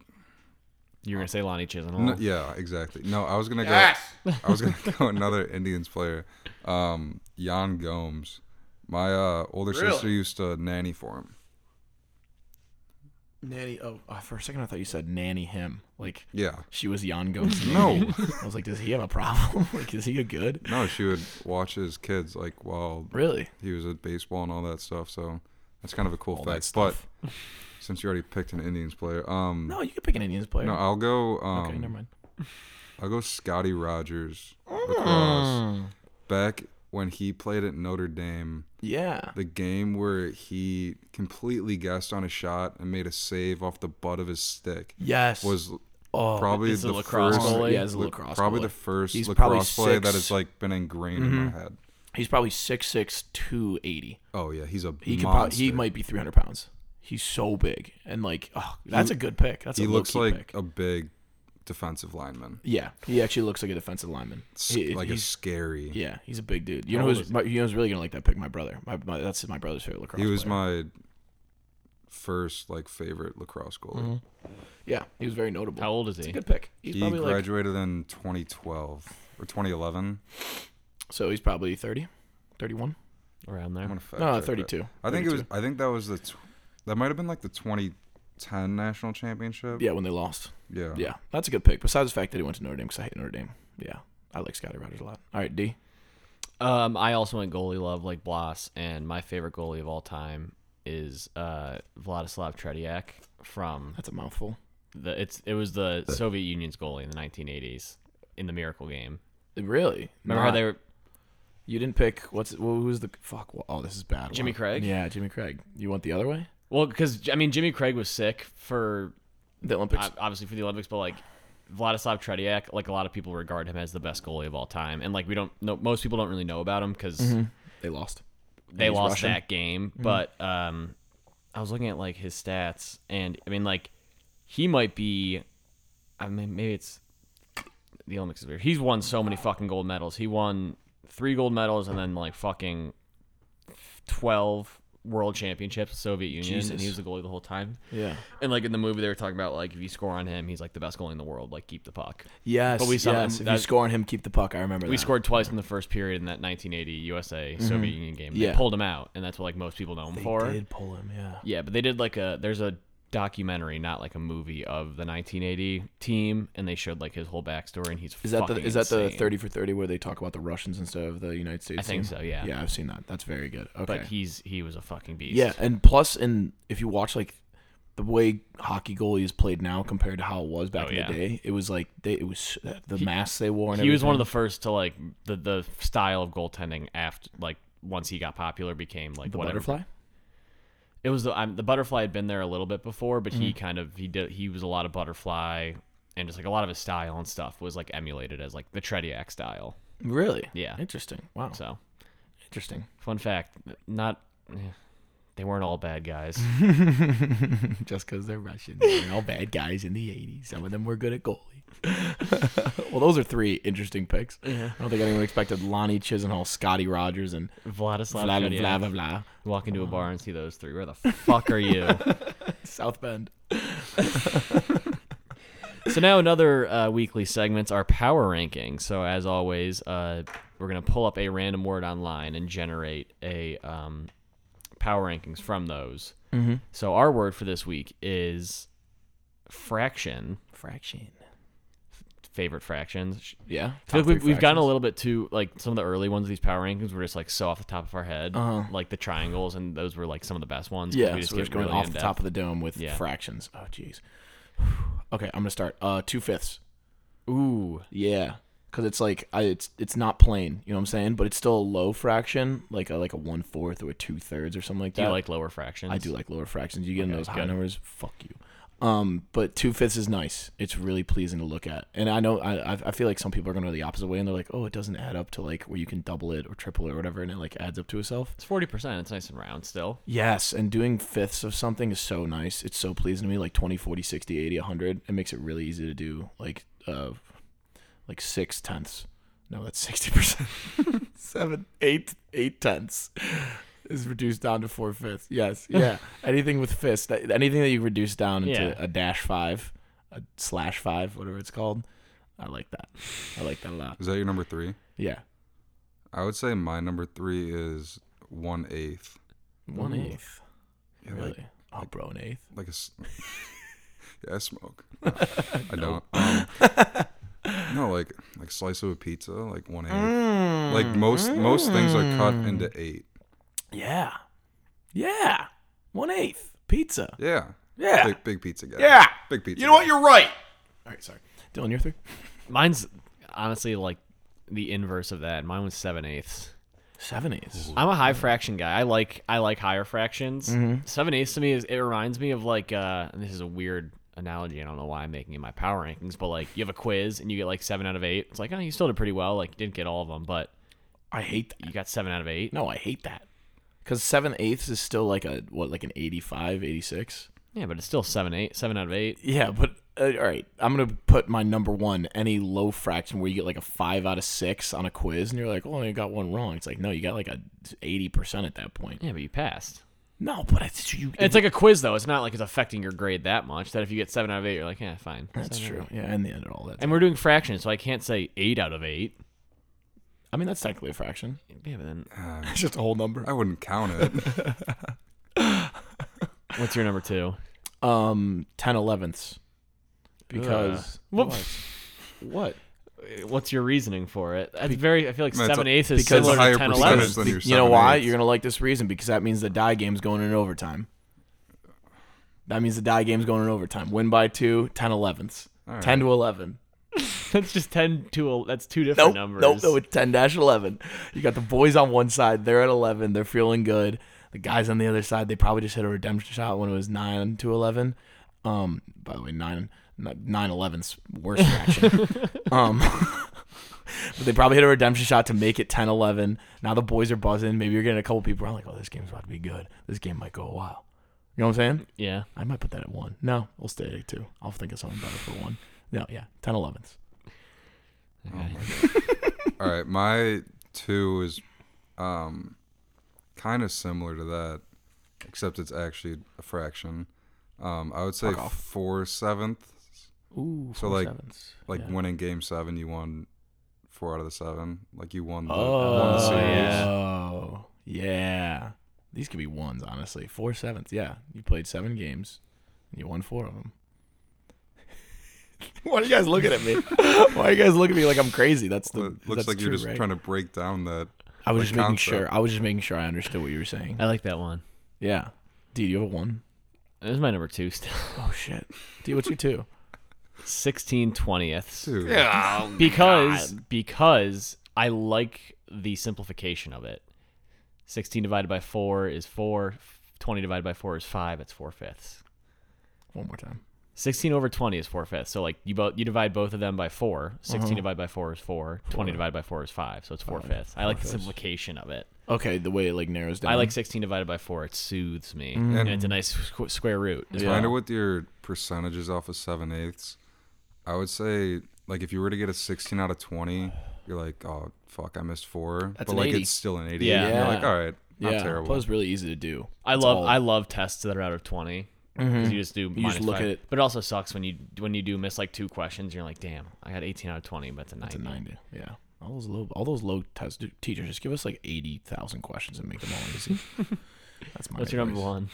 B: You were gonna say Lonnie Chisenhall.
A: Oh.
D: no, yeah, exactly. No, I was gonna go. I was gonna go another Indians player, um, Jan Gomes. My uh, older sister used to nanny for him.
A: Nanny. Oh, uh, for a second I thought you said nanny him. Like
D: Yeah.
A: she was Jan Gomes.
D: No,
A: I was like, does he have a problem? like, is he a good?
D: no, she would watch his kids like while
A: Really?
D: he was at baseball and all that stuff. So that's kind of a cool
A: All that
D: fact. But
A: stuff.
D: since you already picked an Indians player, um,
A: No, you could pick an Indians player.
D: no, I'll go. Um,
A: okay, never mind.
D: I'll go Scotty Rogers
A: Mm.
D: lacrosse. Back when he played at Notre Dame,
A: Yeah.
D: the game where he completely guessed on a shot and made a save off the butt of his stick
A: Yes.
D: was
A: oh,
D: probably
B: it's a
D: the
B: lacrosse
D: first,
B: goalie?
A: Yeah, it's a
D: la-
A: lacrosse
D: probably
A: goalie.
D: the first
A: He's probably
D: lacrosse play that
A: six. Mm-hmm.
D: has like been ingrained in my head.
A: he's probably 6'6", 280.
D: Oh yeah, he's a
A: He could probably,
D: monster.
A: he might be three hundred pounds. He's so big and like, oh, that's a good pick. That's
D: He
A: a
D: looks
A: low-key
D: like
A: pick.
D: a big defensive lineman,
A: yeah. He actually looks like a defensive lineman.
D: S-
A: He-
D: like a
A: he's-
D: scary.
A: yeah, he's a big dude. You
B: How
A: know
B: old
A: who's
B: is
A: my, you know who's really gonna like that pick? My brother. My, my that's my brother's favorite lacrosse.
D: he was
A: player.
D: my first like favorite lacrosse goalie.
A: yeah. He was very notable.
B: How old is he?
A: Good pick. Mm-hmm. He's
D: He
A: probably like
D: graduated in 2012 or 2011.
A: so he's probably 30, 31.
B: Around
D: I'm
B: there.
D: gonna fact
A: No,
D: check that.
A: 32.
D: I think it was.
A: 32.
D: I think that was the. Tw- that might have been like the 2010 national championship.
A: Yeah, when they lost.
D: Yeah.
A: Yeah, that's a good pick. Besides the fact that he went to Notre Dame, because I hate Notre Dame. Yeah, I like Scotty Rogers a lot. All right, D.
B: Um, I also went goalie love like Bloss, and my favorite goalie of all time is uh Vladislav Tretiak from
A: That's a mouthful.
B: the it's it was the Soviet Union's goalie in the 1980s in the Miracle game.
A: Really?
B: Remember how
A: Not-
B: they were
A: You didn't pick what's who was the fuck? wha- Oh, this is bad.
B: Jimmy
A: Wow.
B: Craig?
A: Yeah, Jimmy Craig. You want the other way?
B: well because I mean Jimmy Craig was sick for
A: The Olympics.
B: ob- obviously for the Olympics, but like Vladislav Tretiak, like a lot of people regard him as the best goalie of all time, and like we don't know most people don't really know about him because
A: they lost.
B: they
A: he's
B: lost
A: Russian. Mm-hmm.
B: that game. But um, I was looking at like his stats, and I mean, like he might be. I mean, maybe it's the Olympics. is weird. He's won so many fucking gold medals. He won three gold medals, and then like fucking twelve world championships, with Soviet Union, and
A: Jesus.
B: he was the goalie the whole time.
A: Yeah.
B: And like in the movie, they were talking about like if you score on him, he's like the best goalie in the world. Like keep the puck.
A: Yes.
B: But we saw
A: yes.
B: him-
A: If you
B: that-
A: score on him, keep the puck. I remember.
B: We
A: that.
B: scored twice in the first period in that 1980 USA Soviet Union game. They
A: Mm-hmm. Yeah.
B: pulled him out, and that's what like most people know him
A: They
B: for.
A: did pull him. Yeah.
B: Yeah, but they did like a there's a documentary, not like a movie of the 1980 team, and they showed like his whole backstory, and he's
A: Is that the
B: fucking
A: is that the
B: insane.
A: thirty for thirty where they talk about the Russians instead of the United States?
B: I think
A: team?
B: so, yeah.
A: Yeah, I've seen that. That's very good. Okay.
B: But he's he was a fucking beast.
A: Yeah, and plus, in if you watch like the way hockey goalie is played now compared to how it was back
B: Oh,
A: in
B: yeah.
A: the day. It was like they, it was uh, the masks they wore. And
B: He was one of the
A: everything.
B: first to like the the style of goaltending after like once he got popular became like
A: the
B: whatever.
A: butterfly.
B: It was the, um, the butterfly had been there a little bit before, but
A: Mm-hmm.
B: he kind of he did he was a lot of butterfly and just like a lot of his style and stuff was like emulated as like the Trediak style.
A: Really?
B: Yeah.
A: Interesting. Wow.
B: So
A: Interesting.
B: fun fact, not eh, they weren't all bad guys.
A: Just because they're Russian, they're all bad guys in the '80s. Some of them were good at goalie. well, those are three interesting picks. I don't think anyone expected Lonnie Chisenhall, Scotty Rogers, and
B: Vladislav
A: blah blah
B: Tretiak.
A: blah blah. blah.
B: Walk into a bar and see those three. Where the fuck are you?
A: South Bend.
B: so now another uh, weekly segment's our power ranking. So as always, uh, we're gonna pull up a random word online and generate a um, power rankings from those. Mm-hmm. So our word for this week is fraction.
A: Fraction.
B: Favorite fractions.
A: Yeah.
B: I feel like we've, we've gotten a little bit too like some of the early ones of these power rankings were just like so off the top of our head, like the triangles, and those were like some of the best ones. 'cause
A: Yeah,
B: we
A: so Uh-huh. we're just going
B: really
A: off the
B: in-depth.
A: top of the dome with
B: Yeah.
A: fractions. Oh, jeez. Okay, I'm gonna start. Uh, two fifths.
B: Ooh,
A: Yeah, because it's like I, it's it's not plain. You know what I'm saying? But it's still a low fraction, like a like a one fourth or a two thirds or something like
B: do
A: that.
B: you like lower fractions?
A: I do like lower fractions. You get in those high
B: good.
A: numbers, fuck you. Um, but two fifths is nice. It's really pleasing to look at, and I know I I- I feel like some people are going to go the opposite way, and they're like, oh, it doesn't add up to like where you can double it or triple it or whatever, and it like adds up to itself.
B: It's forty percent. It's nice and round still.
A: Yes, and doing fifths of something is so nice. It's so pleasing to me like 20, 40, 60, 80, 100. It makes it really easy to do like uh like 6 tenths. No, that's 60%. 7 8 8 tenths is reduced down to 4 fifths. Yes. Yeah. anything with fifths, that, anything that you reduce down into
B: Yeah.
A: a dash 5, a slash 5, whatever it's called. I like that. I like that a lot.
D: Is that your number three?
A: Yeah.
D: I would say my number three is one eighth.
A: 1 eighth.
D: Yeah,
A: Really?
D: Like,
A: oh, bro, an eighth.
D: like a. s- yeah, I smoke. No, I don't. Um, no, like like slice of a pizza, like one eighth.
A: Mmm.
D: Like most most things are cut into eight.
A: Yeah. Yeah. One eighth pizza.
D: Yeah.
A: Yeah.
D: Big, big pizza guy.
A: Yeah.
D: Big pizza.
A: You know what?
D: guy.
A: You're right. All right. Sorry. Dylan, you're three.
B: Mine's honestly like the inverse of that. Mine was seven eighths.
A: Seven eighths.
B: I'm a high fraction guy. I like I like higher fractions.
A: Mm-hmm.
B: Seven eighths to me is it reminds me of like uh and this is a weird analogy. I don't know why I'm making it in my power rankings, but like you have a quiz and you get like seven out of eight. It's like oh you still did pretty well. Like you didn't get all of them, but
A: I hate that.
B: you got seven out of eight.
A: No, I hate that. Because seven eighths is still like a what, like an 85, 86?
B: Yeah, but it's still seven eight seven out of eight.
A: Yeah, but uh, all right. I'm gonna put my number one any low fraction where you get like a five out of six on a quiz, and you're like, "Oh, you got one wrong." It's like, no, you got like a eighty percent at that point.
B: Yeah, but you passed.
A: No, but it's you.
B: It's like a quiz though. It's not like it's affecting your grade that much. That if you get seven out of eight, you're like yeah fine.
A: that's true. Yeah, in the end, of all that.
B: And we're doing fractions, so I can't say eight out of eight.
A: I mean, that's technically a fraction.
B: Yeah, but then
A: It's just a whole number.
D: Um, I wouldn't count it.
B: what's your number two?
A: um 10 11ths because
B: What?
A: what what
B: What's your reasoning for it? That's very. I feel like
D: Man, it's a-
B: seven eighths is
A: because
B: similar
D: higher
B: to ten
D: percentage
B: eleven.
D: than- your
A: you know why
D: 7/8.
A: you're gonna like this reason because that means the die game's going in overtime that means the die game's going in overtime win by two 10 11ths 10 to 11
B: That's just ten to. a- That's two different
A: nope
B: numbers.
A: nope no it's 10 dash 11 you got the boys on one side they're at 11 they're feeling good the guys on the other side they probably just hit a redemption shot when it was 9 to 11 um by the way 9 9 11's worst action um But they probably hit a redemption shot to make it 10 11. Now the boys are buzzing. Maybe you're getting a couple people around like, oh, this game's about to be good. This game might go a while. You know what I'm saying?
B: yeah.
A: I might put that at one. No, we'll stay at two. I'll think of something better for one. No, yeah, 10 11s.
D: Oh. All right, my two is um, kind of similar to that, except it's actually a fraction. Um, I would say
A: Fuck off.
D: four sevenths.
A: Ooh,
D: So,
A: four
D: like-
A: sevens.
D: Like
A: Yeah.
D: winning game seven, you won four out of the seven. Like you won the, won the
A: Oh,
D: series.
A: yeah.
B: yeah.
A: Oh, yeah. These could be ones, honestly. Four sevens. Yeah, you played seven games and you won four of them. Why are you guys looking at me? Why are you guys looking at me like I'm crazy? That's the
D: Well, it looks
A: that's
D: like you're
A: true,
D: just
A: right?
D: trying to break down that.
A: I was
D: like,
A: just making
D: concept.
A: sure. I was just making sure I understood what you were saying.
B: I like that one.
A: Yeah, dude, you have a one.
B: This is my number two still.
A: Oh shit. Dude, what's your two?
B: 16 20th.
D: Dude,
B: because because I like the simplification of it. Sixteen divided by four is four. Twenty divided by four is five. It's four fifths.
A: One more time.
B: Sixteen over twenty is four fifths. So like you both you divide both of them by four. 16
A: Uh-huh.
B: divided by four is four. Twenty divided by four is five. So it's four fifths. I like the simplification of it.
A: Okay, the way it like narrows down.
B: I like sixteen divided by four. It soothes me, and it's a nice squ- square root. as
A: Mm-hmm. Yeah.
D: Find out what your percentages off of seven eighths. I would say like if you were to get a sixteen out of twenty, you're like, oh fuck, I missed four.
A: That's
D: but
A: an
D: like
A: 80.
D: it's still an eighty.
B: Yeah.
D: Yeah. You're like,
A: Yeah.
D: all right, not
A: yeah,
D: terrible.
A: Plus, really easy to do.
B: I
A: It's
B: love
A: all- Mm-hmm.
B: I love tests that are out of twenty. 'cause You just do. You
A: just look at it.
B: But it also sucks when you when you do miss like two questions. You're like, damn, I got eighteen out of twenty, but it's a
A: It's
B: ninety.
A: a ninety. Yeah. All those low, all those low test teachers just give us like eighty thousand questions and make them all easy. That's my.
B: What's your number
A: advice.
B: one?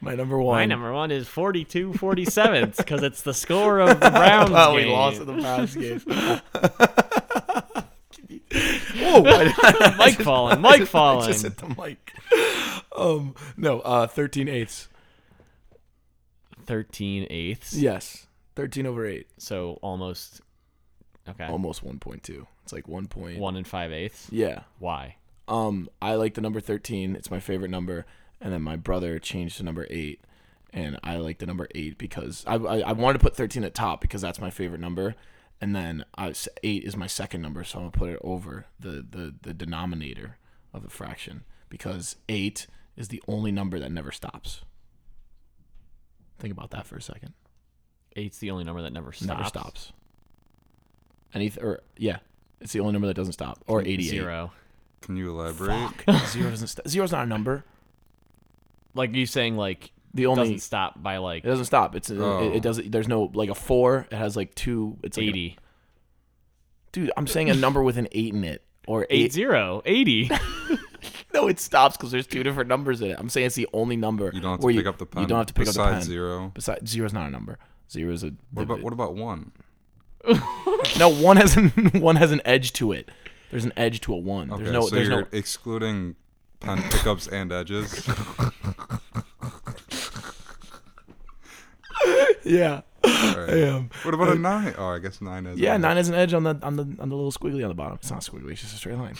A: My number one.
B: My number one is 42 47 because it's the score of the Browns
A: Oh,
B: game.
A: we lost in the Browns game. Whoa! I-
B: Mike falling. Mike
A: I
B: falling.
A: just hit the mic. Um, no, uh, thirteen eighths.
B: 13 eighths.
A: Yes, thirteen over eight,
B: So almost. Okay.
A: almost one point two. It's like one point.
B: One and five eighths.
A: Yeah.
B: Why?
A: Um, I like the number thirteen. It's my favorite number. And then my brother changed to number eight, and I like the number eight because I I, I wanted to put thirteen at top because that's my favorite number. And then I, s- eight is my second number, so I'm gonna put it over the the the denominator of the fraction because eight is the only number that never stops. Think about that for a second.
B: Eight's the only number that never stops.
A: Never stops. Any or yeah, it's the only number that doesn't stop or eighty-eight.
B: Zero.
D: Can you elaborate?
A: Fuck. Zero doesn't. St- zero's not a number.
B: Like you saying, like,
A: The only
B: doesn't stop by like
A: it doesn't stop. It's
D: Oh.
A: it, it doesn't. There's no like a four. It has like two. It's like a-
B: 80.
A: dude, I'm saying a number with an eight in it or
B: Eight
A: eight.
B: zero. 80.
A: No, it stops because there's two different numbers in it. I'm saying it's the only number.
D: You don't have to
A: where
D: pick up the pen.
A: You don't have to pick
D: besides
A: up the pen.
D: zero.
A: Besides zero's not a number. Zero's a.
D: What about what about one?
A: no one has an one has an edge to it. There's an edge to a one.
D: Okay,
A: there's no.
D: so
A: there's
D: you're
A: no.
D: excluding pen pickups and edges.
A: Yeah.
D: All right. What about a nine? Oh, I guess nine is.
A: Yeah,
D: an edge.
A: nine has an edge on the on the on the little squiggly on the bottom. It's not squiggly; it's just a straight line.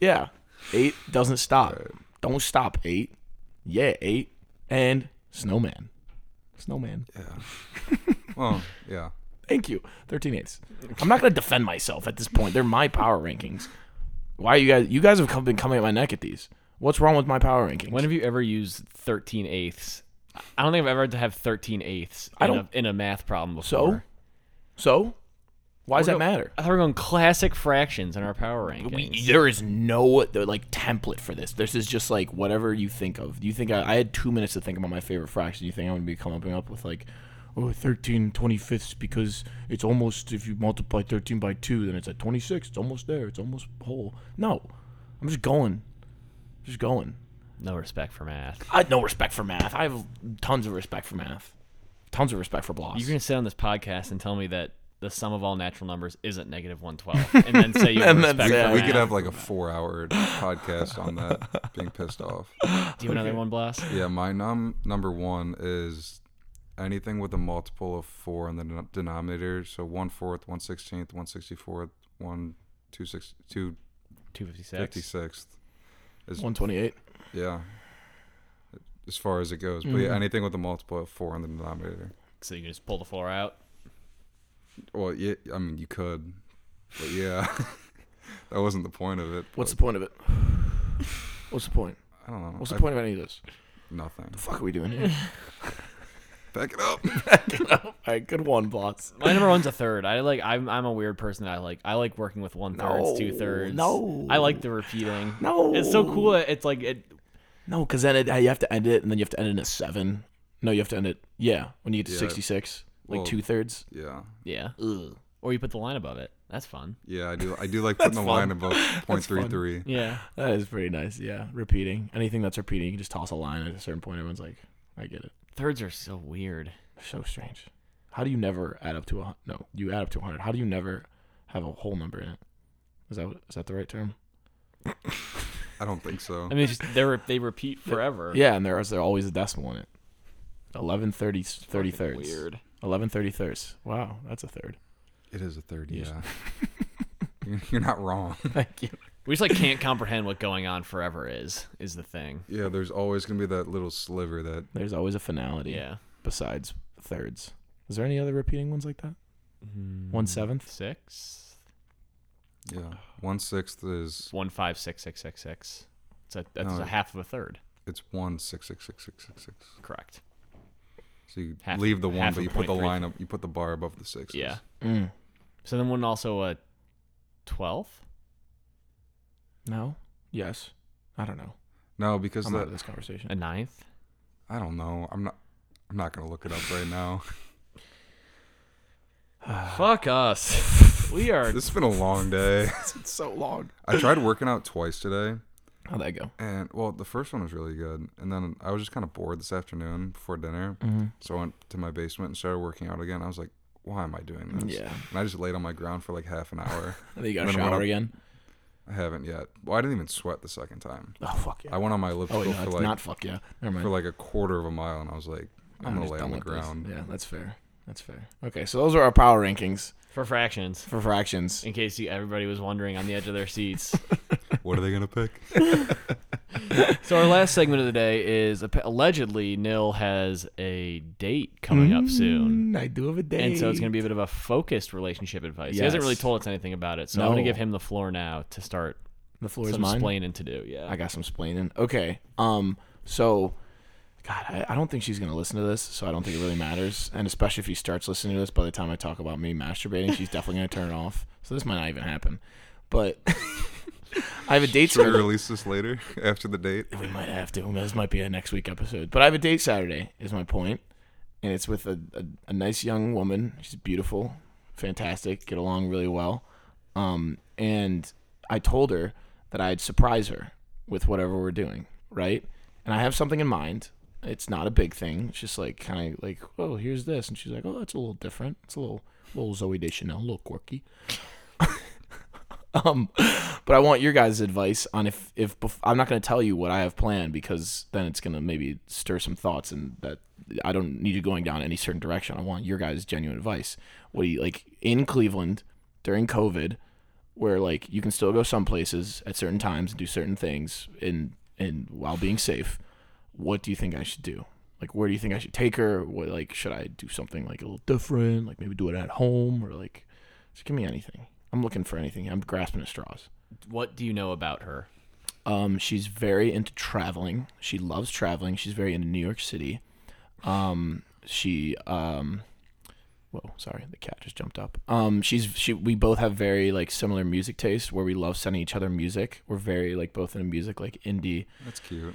A: yeah, eight doesn't stop. Don't stop eight. Yeah, eight and snowman, snowman.
D: Well, yeah.
A: Thank you. Thirteen eighths. I'm not gonna defend myself at this point. They're my power rankings. Why are you guys? You guys have come, been coming at my neck at these. What's wrong with my power rankings?
B: When have you ever used 13 eighths? I don't think I've ever had to have 13 eighths in,
A: I don't-
B: a, in a math problem before.
A: so, so, why does that matter?
B: I thought we were going classic fractions in our power rankings.
A: We, there is no there, like template for this. This is just like whatever you think of. You think I, I had two minutes to think about my favorite fraction. You think I'm gonna be coming up with like, oh, 13 25ths because it's almost if you multiply 13 by two, then it's at 26. It's almost there. It's almost whole. No, I'm just going, just going.
B: no respect for math.
A: I have no respect for math. I have tons of respect for math. Tons of respect for blocks.
B: You're going to sit on this podcast and tell me that the sum of all natural numbers isn't negative 112 and then say you have
A: And then
B: respect
A: say
B: for
A: I-
D: We
B: math.
D: could have like a four-hour podcast on that. Being pissed off.
B: Do you have another one, Blast?
D: Yeah, my num number one is anything with a multiple of four in the den- denominator. So one fourth, one sixteenth, one sixty fourth, one two six two
B: 256.
D: fifty sixth.
A: 128.
D: Yeah, as far as it goes. But
A: Mm-hmm.
D: yeah, anything with a multiple of four in the denominator.
B: So you can just pull the four out.
D: Well, yeah, I mean you could, but yeah, that wasn't the point of it.
A: What's the point of it? What's the point?
D: I don't know.
A: What's the
D: I-
A: point of any of this?
D: Nothing.
A: The fuck are we doing here?
D: Back it up.
A: All right, good one, Blotz.
B: My number one's a third. I like. I'm, I'm a weird person. That I like. I like working with one thirds,
A: No,
B: two thirds.
A: no.
B: I like the repeating.
A: No.
B: It's so cool. that It's like it.
A: No, because then it, you have to end it, and then you have to end it in a seven. No, you have to end it. Yeah, when you get to
D: Yeah.
A: sixty-six, like
D: Well-
A: two thirds.
D: Yeah.
B: Yeah.
A: Ugh.
B: Or you put the line above it. That's fun.
D: Yeah, I do. I do like putting the line above point three three.
B: Yeah.
A: That is pretty nice. Yeah, repeating anything that's repeating, you can just toss a line at a certain point. Everyone's like, I get it.
B: Thirds are so weird.
A: So strange. How do you never add up to a hun- no? You add up to a hundred. How do you never have a whole number in it? Is that what- is that the right term?
D: I don't think so.
B: I mean, it's just, they're, they repeat forever.
A: Yeah, and there's there always a decimal in it. Eleven thirty thirty
E: Fucking
A: thirds.
E: Weird.
A: Eleven thirty thirds. Wow, that's a third.
D: It is a third.
A: Yes.
D: Yeah. You're- You're not wrong.
A: Thank you.
B: We just like can't comprehend what going on forever is. Is the thing.
D: Yeah, there's always gonna be that little sliver that
A: There's always a finality.
B: Yeah.
A: Besides thirds, is there any other repeating ones like that?
B: Mm.
A: One seventh.
B: Six.
D: yeah one sixth is
B: One five six six six six. It's a, that's
A: Oh.
D: No.
B: a half of a third.
D: it's one six six six six six six.
B: Correct.
D: So you
B: Half-
D: leave the one,
B: half
D: but
B: of
D: you put the
B: 0.33.
D: line up. You put the bar above the six.
B: Yeah.
A: Mm.
B: So then one also a twelfth.
A: No. Yes. I don't know.
D: No, because
A: I'm out of
D: the,
A: this conversation.
B: A ninth.
D: I don't know. I'm not. I'm not gonna look it up right now.
B: Fuck us. We are.
D: It's been a long day.
A: it's so long.
D: I tried working out twice today,
A: How'd that Oh, go?
D: and well, the first one was really good, and then I was just kind of bored this afternoon before dinner,
B: Mm-hmm.
D: so I went to my basement and started working out again. I was like, "Why am I doing this?"
A: Yeah.
D: and I just laid on my ground for like half an hour.
A: I think you got a
D: Then what
A: shower
D: up?
A: again.
D: I haven't yet. Well, I didn't even sweat the second time.
A: Oh fuck yeah.
D: I went on my
A: oh
D: elliptical
A: wait, no,
D: for
A: it's
D: like
A: not fuck yeah. Never mind.
D: for like a quarter of a mile, and I was like, "I'm, gonna
A: just
D: lay
A: done
D: on the
A: with this.
D: ground."
A: Yeah, that's fair. That's fair. Okay, so those are our power rankings
B: For fractions,
A: for fractions.
B: in case you, everybody was wondering on the edge of their seats.
D: What are they gonna pick?
B: so our last segment of the day is appa- allegedly Nil has a date coming up soon.
A: Mm, I do have a day.
B: And so it's going to be a bit of a focused relationship advice. He hasn't really
A: Yes.
B: told us anything about it, so I'm going
A: No.
B: to give him the floor now to start
A: the floor is
B: some
A: mine.
B: explaining to do. Yeah,
A: I got some splaining. Okay. Um. So, God, I, I don't think she's gonna listen to this, so I don't think it really matters. And especially if she starts listening to this, by the time I talk about me masturbating, she's definitely gonna turn it off. So this might not even happen. But I have a date
D: Should we
A: scheduled-
D: release this later after the date?
A: We might have to. This might be a next week episode. But I have a date Saturday, is my point. And it's with a, a, a nice young woman. She's beautiful, fantastic, get along really well. Um, and I told her that I'd surprise her with whatever we're doing, right? And I have something in mind. It's not a big thing. It's just like kind of like, oh, here's this, and she's like, oh, that's a little different. It's a little, little Zoe Deschanel, a little quirky. um, but I want your guys' advice on if if bef- I'm not going to tell you what I have planned because then it's going to maybe stir some thoughts and that I don't need you going down any certain direction. I want your guys' genuine advice. What do you like in Cleveland during COVID, where like you can still go some places at certain times and do certain things and and while being safe, what do you think I should do? Like, where do you think I should take her? What like should I do something like a little different? Like maybe do it at home or like just give me anything. I'm looking for anything. I'm grasping at straws.
B: what do you know about her?
A: Um, she's very into traveling. She loves traveling. She's very into New York City. Um, she um, whoa, sorry, the cat just jumped up. Um, she's she. We both have very like similar music taste, where we love sending each other music. We're very like both into music, like indie.
D: That's cute.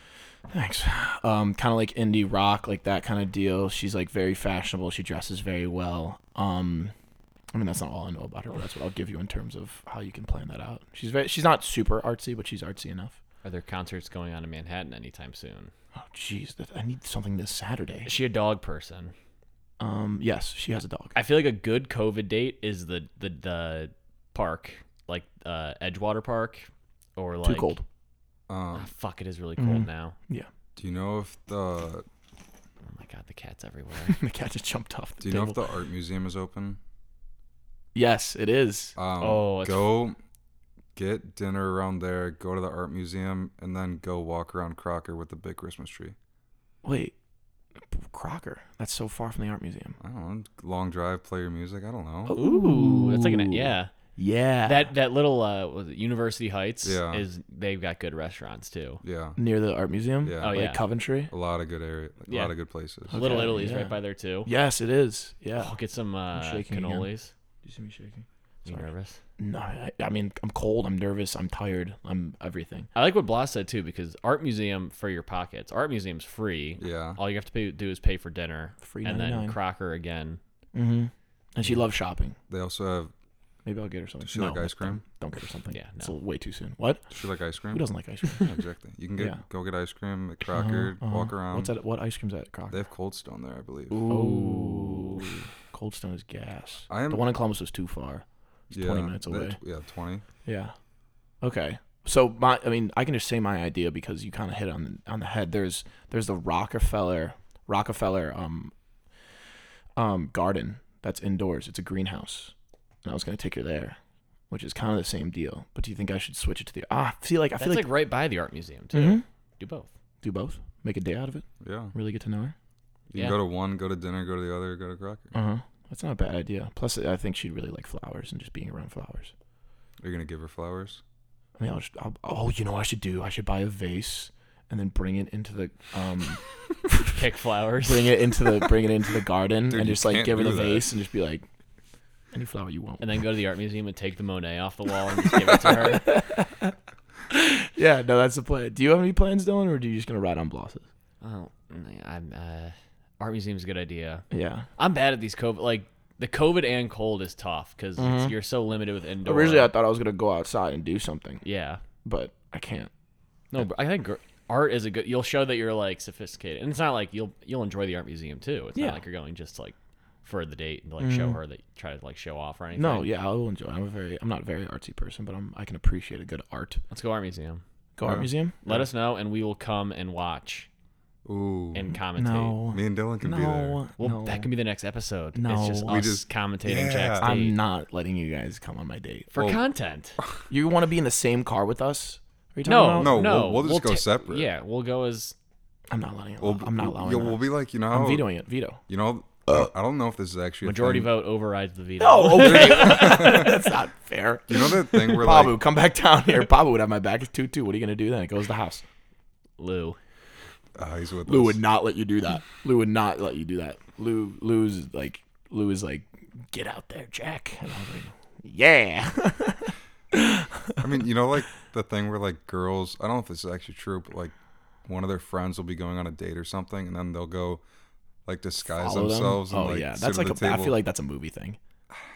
A: Thanks. Um, kind of like indie rock, like that kind of deal. She's like very fashionable. She dresses very well. Um, I mean, that's not all I know about her, but that's what I'll give you in terms of how you can plan that out. She's very. She's not super artsy, but she's artsy enough.
B: Are there concerts going on in Manhattan anytime soon?
A: Oh, jeez, that- I need something this Saturday.
B: Is she a dog person?
A: Um, yes, she has a dog.
B: I feel like a good COVID date is the the, the park, like uh, Edgewater Park, or
A: Too
B: like
A: cold.
D: Um,
B: Ah, fuck, it is really cold
A: Mhm.
B: now.
D: do you know if the
B: Oh my god, the cat's everywhere.
A: the cat just jumped off the
D: Do you know
A: table.
D: if the art museum is open?
A: yes, it is.
D: Um,
B: Oh, it's-
D: go get dinner around there. Go to the art museum and then go walk around Crocker with the big Christmas tree.
A: Wait, Crocker. That's so far from the art museum.
D: I don't know. Long drive, play your music. I
A: Oh,
D: don't know.
B: Ooh, that's like an yeah.
A: Yeah,
B: That that little uh, was it University Heights
D: Yeah.
B: is they've got good restaurants too.
D: Yeah,
A: near the art museum.
D: Yeah.
B: Oh,
A: like
B: yeah.
A: Coventry.
D: a lot of good area. A
B: Yeah.
D: lot of good places.
A: Okay,
B: Little Italy's
A: yeah.
B: right by there too.
A: Yes, it is. Yeah.
B: Oh, get some uh,
A: shaking again.
B: cannolis.
A: Do you see me shaking?
B: You nervous?
A: No, I, I mean I'm cold. I'm nervous. I'm tired. I'm everything.
B: I like what Blas said too because art museum for your pockets. Art museum's free.
D: Yeah.
B: All you have to pay, do is pay for dinner,
A: Free
B: and then
A: 99.
B: Crocker again.
A: Mm-hmm. And she loves shopping.
D: They also have.
A: Maybe I'll get her something.
D: she
A: no,
D: like ice cream?
A: Don't, don't get her something.
B: Yeah,
A: it's
B: no.
A: way too soon. What?
D: Does she like ice cream?
A: Who doesn't like ice cream?
D: Yeah, exactly. You can get
A: Yeah.
D: go get ice cream at Crocker.
A: Uh-huh,
D: Walk
A: uh-huh.
D: around.
A: What's that? What ice cream's at Crocker?
D: They have Cold Stone there, I believe.
A: Ooh. Cold Stone is gas.
D: I am-
A: the one in Columbus was too far.
D: yeah,
A: 20 minutes
D: they-
A: away.
D: yeah, twenty.
A: Yeah. Okay. So my, I mean, I can just say my idea because you kind of hit on the, on the head. There's there's the Rockefeller Rockefeller um um garden that's indoors. It's a greenhouse, and I was gonna take her there, which is kind of the same deal. But do you think I should switch it to the ah? I feel like I feel
B: That's Mm-hmm.
A: like,
B: like, right by the art museum too.
A: Mhm.
B: Do both.
A: do both, make a day out of it,
D: Yeah.
A: really get to know her.
D: You
B: Yeah.
D: go to one, go to dinner, go to the other, go to Crocker.
A: Uh huh. That's not a bad idea. Plus, I think she'd really like flowers and just being around flowers.
D: Are you gonna give her flowers?
A: I mean, I'll just, I'll, oh, you know, what I should do. I should buy a vase and then bring it into the um,
B: Pick flowers.
A: bring it into the bring it into the garden
D: Dude,
A: and
D: you
A: just like
D: can't
A: give her the
D: do that.
A: vase and just be like, any flower you want.
B: and then go to the art museum and take the Monet off the wall and just give it to her.
A: Yeah, no, that's the plan. Do you have any plans, Dylan, or are you just gonna ride on blosses?
B: Oh, I'm. Uh, art museum's a good idea.
A: Yeah.
B: I'm bad at these COVID. Like the COVID and cold is tough because you're so limited with indoor.
A: Mm-hmm. Originally, I thought I was gonna go outside and do something,
B: yeah.
A: but I can't.
B: No, but I think gr- art is a good. You'll show that you're like sophisticated, and it's not like you'll you'll enjoy the art museum too. It's
A: Yeah. Mm-hmm.
B: not like you're going just like for the date and like show her that try to like show off or anything.
A: No, yeah, I will enjoy. I'm a very, I'm not a very artsy person, but I'm, I can appreciate a good art.
B: Let's go art museum.
A: Go art
D: Yeah.
A: museum.
B: Let us know, and we will come and watch
D: Ooh.
B: and commentate.
A: Mm-hmm. No,
D: Me and Dylan can be there.
A: no,
B: Well,
A: no.
B: that can be the next episode. it's
A: No.
B: just
A: We
B: us
D: just-
B: commentating
D: Yeah.
B: Jack's date
A: I'm not letting you guys come on my date.
B: for
D: Well-
B: content.
A: You want to be in the same car with us? Are you talking
B: No,
A: about?
D: No,
B: no,
D: we'll- we'll just go separate.
B: Yeah, we'll go as
A: I'm not letting. it
D: We'll,
A: I'm not allowing.
D: yeah,
A: that.
D: We'll be like, you know,
A: I'm
D: how-
A: vetoing it. Veto.
D: you know, I don't know if this is actually a
B: majority
D: thing.
B: vote overrides the veto.
A: Oh, okay. That's not fair.
D: You know that thing where
A: Babu,
D: like
A: come back down here. Babu would have my back. It's two two. What are you gonna do then? It goes to the house.
B: Lou.
D: Ah, he's with
A: Lou
D: us.
A: would not let you do that. Lou would not let you do that. Lou Lou's like Lou is like, get out there, Jack. And I was like, yeah.
D: I mean, you know, like the thing where like girls, I don't know if this is actually true, but like one of their friends will be going on a date or something, and then they'll go like disguise
A: Follow them.
D: themselves.
A: Oh
D: and, like,
A: yeah,
D: sit
A: that's
D: at
A: like
D: the
A: a, I
D: table.
A: feel like that's a movie thing.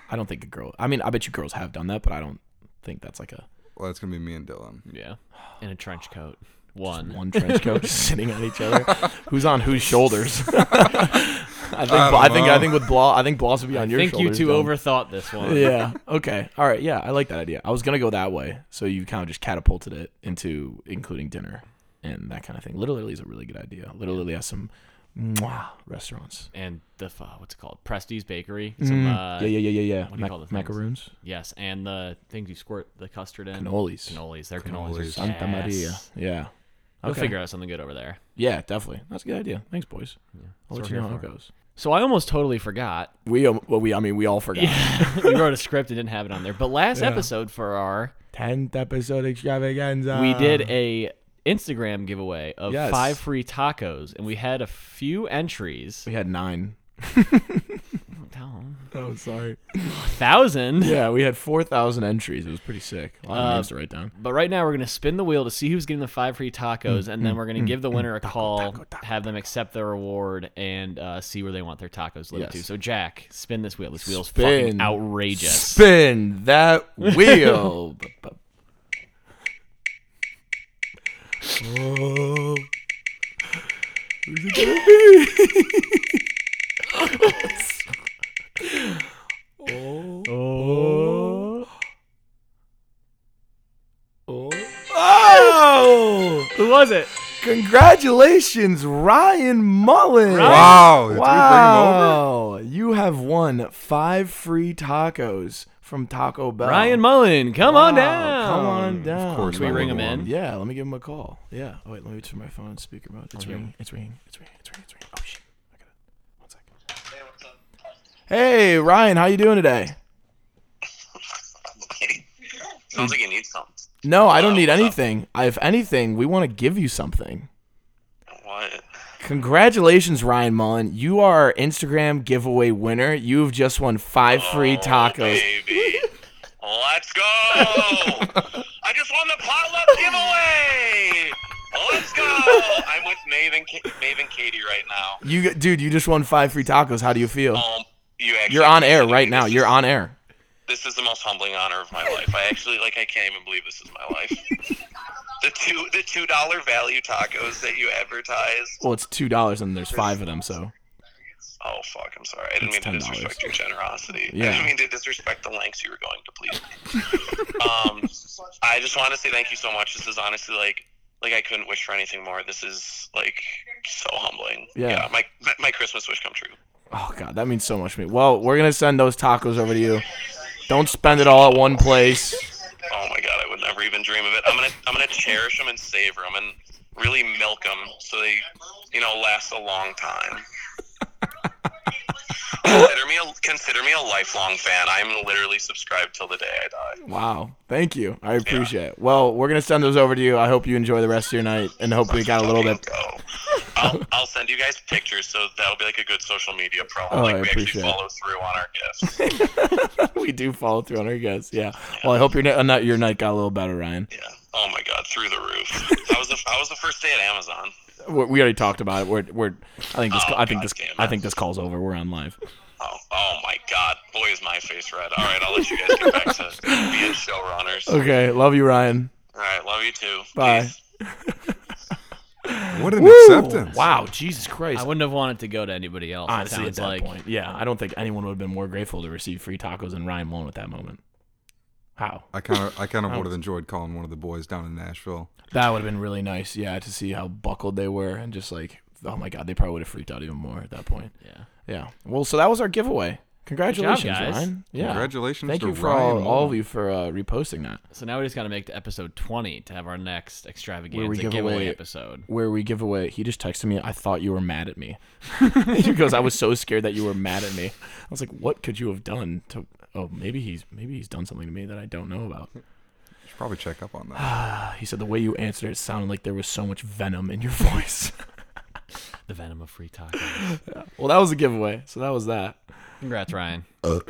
A: I don't think a girl. I mean, I bet you girls have done that, but I don't think that's like a
D: well, that's gonna be me and Dylan.
B: Yeah, in a trench coat. One.
A: one trench coat just sitting on each other. Who's on whose shoulders? I think
D: I
A: I,
D: don't
A: think
D: know.
A: I think with Blah I think Bloss would be on
B: I
A: your
B: think you
A: shoulders.
B: two
A: Dylan.
B: overthought this one.
A: yeah. Okay. All right. Yeah, I like that idea. I was gonna go that way, so you kind of just catapulted it into including dinner and that kind of thing. Little Italy is a really good idea. Little Italy has some mwah, restaurants.
B: And the f- uh, what's it called? Presti's Bakery.
A: Mm-hmm.
B: Some,
D: Mm.
B: uh,
A: yeah, yeah, yeah, yeah, yeah.
B: what do you call the things?
A: macaroons,
B: Yes, and the things you squirt the custard in.
A: cannolis,
B: Cannolis. Their cannolis. are
D: Cannolis.
A: Santa Maria.
B: gas.
A: Yeah.
B: We'll
A: Okay.
B: figure out something good over there.
A: Yeah, definitely. That's a good idea. Thanks, boys. I'll
B: That's
A: let
B: what
A: you know
B: we're
A: how
B: here
A: it goes.
B: So I almost totally forgot.
A: We um, well, we I mean we all forgot.
B: we wrote a script and didn't have it on there. But last episode for our
A: Tenth episode extravaganza.
B: we did a Instagram giveaway of
A: Um, Yes.
B: five free tacos, and we had a few entries.
A: We had nine.
B: Oh,
A: Oh, sorry.
B: A thousand.
A: Yeah, we had four thousand entries. It was pretty sick. A lot
B: Uh,
A: of names to write down.
B: But right now we're gonna spin the wheel to see who's getting the five free tacos,
A: Mm,
B: and then we're gonna give the winner a call, have them accept their reward, and uh, see where they want their tacos delivered to.
A: Yes.
B: So Jack, spin this wheel. This wheel's
A: Spin.
B: fucking outrageous.
A: Spin that wheel. Bu- bu- oh. Who's it gonna be? oh. Oh. Oh. Oh!
B: Who was it?
A: Congratulations, Ryan Mullen.
D: Wow! Did
A: Wow. You have won five free tacos from Taco Bell.
B: Ryan Mullen. Come on down.
A: Come on down.
D: Of course,
B: Can we
D: my
B: ring
D: number
B: him
D: one.
B: in?
A: Yeah, let me give him a call. Yeah. Oh, wait, let me turn my phone on speaker mode. It's ringing. It's ringing. It's ringing. It's ringing. It's ringing. Oh, shit. I got it. One second.
E: Hey, what's up?
A: Hey, Ryan, how you doing today?
E: Sounds like you need something.
A: No, I don't need anything. I- If anything, we want to give you something.
E: What?
A: Congratulations, Ryan Mullen. You are our Instagram giveaway winner. You've just won five free tacos.
E: Baby. Let's go! I just won the potluck giveaway! Let's go! I'm with Maeve and, Ka- Maeve and Katie right now.
A: You, dude, you just won five free tacos. How do you feel?
E: Um, you actually
A: You're on air right now. You're on air.
E: This is the most humbling honor of my life. I actually like. I can't even believe this is my life. the two the two dollar value tacos that you advertised.
A: Well, it's two dollars and there's five of them, so
E: Oh fuck! I'm sorry. I didn't
A: It's
E: mean to
A: $10.
E: disrespect your generosity.
A: Yeah.
E: I didn't mean to disrespect the lengths you were going to. Please. um, I just want to say thank you so much. This is honestly like like I couldn't wish for anything more. This is like so humbling.
A: Yeah.
E: my my Christmas wish come true.
A: Oh god, that means so much to me. Well, we're gonna send those tacos over to you. Don't spend it all at one place.
E: Oh my god, I would never even dream of it. I'm gonna I'm gonna cherish them and savor them and really milk them so they, you know, last a long time. consider me a consider me a lifelong fan. I'm literally subscribed till the day I die.
A: Wow, thank you. I appreciate it. Well, we're gonna send those over to you. I hope you enjoy the rest of your night, and hope we got a little bit.
E: Go. I'll, I'll send you guys pictures, so that'll be like a good social media promo.
A: Oh,
E: like
A: I
E: we
A: appreciate
E: actually
A: it.
E: follow through on our gifts.
A: we do follow through on our guests. Yeah. Well, I hope your night, not your night got a little better, Ryan.
E: Yeah. Oh my God, through the roof. That was the that was the first day at Amazon.
A: we we already talked about it. We're, we're I think this
E: Oh,
A: I think this
E: goddamn it.
A: I think this call's over. We're on live.
E: Oh, oh my God, boy is my face red. All right, I'll let you guys get back to being showrunners.
A: Okay, love you, Ryan.
E: All right, love you too.
A: Bye.
E: Peace.
D: What an acceptance.
A: Wow, Jesus Christ.
B: I wouldn't have wanted to go to anybody else. it
A: Honestly, at
B: sounds
A: that
B: like
A: point, yeah, I don't think anyone would have been more grateful to receive free tacos than Ryan Malone at that moment. How?
D: I kind of I kind of would have enjoyed calling one of the boys down in Nashville.
A: That would have been really nice, yeah, to see how buckled they were and just like, oh my god, they probably would have freaked out even more at that point.
B: yeah.
A: Yeah. Well, so that was our giveaway. Congratulations,
B: guys.
A: Ryan. Yeah.
D: Congratulations
A: Thank
D: to
A: you for
D: Ryan
A: all,
D: Malone.
A: all of you for uh, reposting that.
B: So now we just got to make to episode 20 to have our next extravaganza
A: Where we give
B: giveaway
A: away-
B: episode.
A: where we give away. He just texted me. I thought you were mad at me. he goes, I was so scared that you were mad at me. I was like, what could you have done to? Oh, maybe he's maybe he's done something to me that I don't know about.
D: Should probably check up on that.
A: Uh, he said the way you answered it sounded like there was so much venom in your voice.
B: The Venom of Free Tacos.
A: well, that was a giveaway. So that was that.
B: Congrats, Ryan.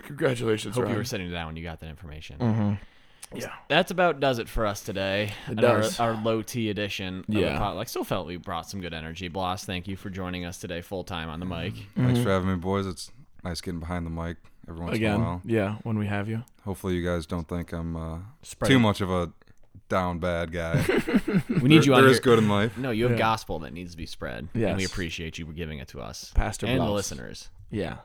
A: Congratulations,
B: Hope you
A: Ryan.
B: were sitting down when you got that information.
A: Mm-hmm. Yeah.
B: That's about does it for us today.
A: It
B: And
A: does.
B: Our, our low T edition. Of
A: Yeah.
B: the potluck. Still felt we brought some good energy. Bloss, thank you for joining us today full time on the
A: Mm-hmm.
B: mic.
D: Thanks for having me, boys. It's nice getting behind the mic every once in a
A: Again,
D: while.
A: yeah. When we have you,
D: Hopefully, you guys don't think I'm uh,
A: Spread
D: too
A: it.
D: much of a down bad guy.
B: We need you on
D: there
B: here.
D: is good in life.
B: No, you have gospel that needs to be spread. And we
A: Yes.
B: appreciate you giving it to us.
A: Pastor
B: and the
A: Bloss.
B: listeners.
A: yeah.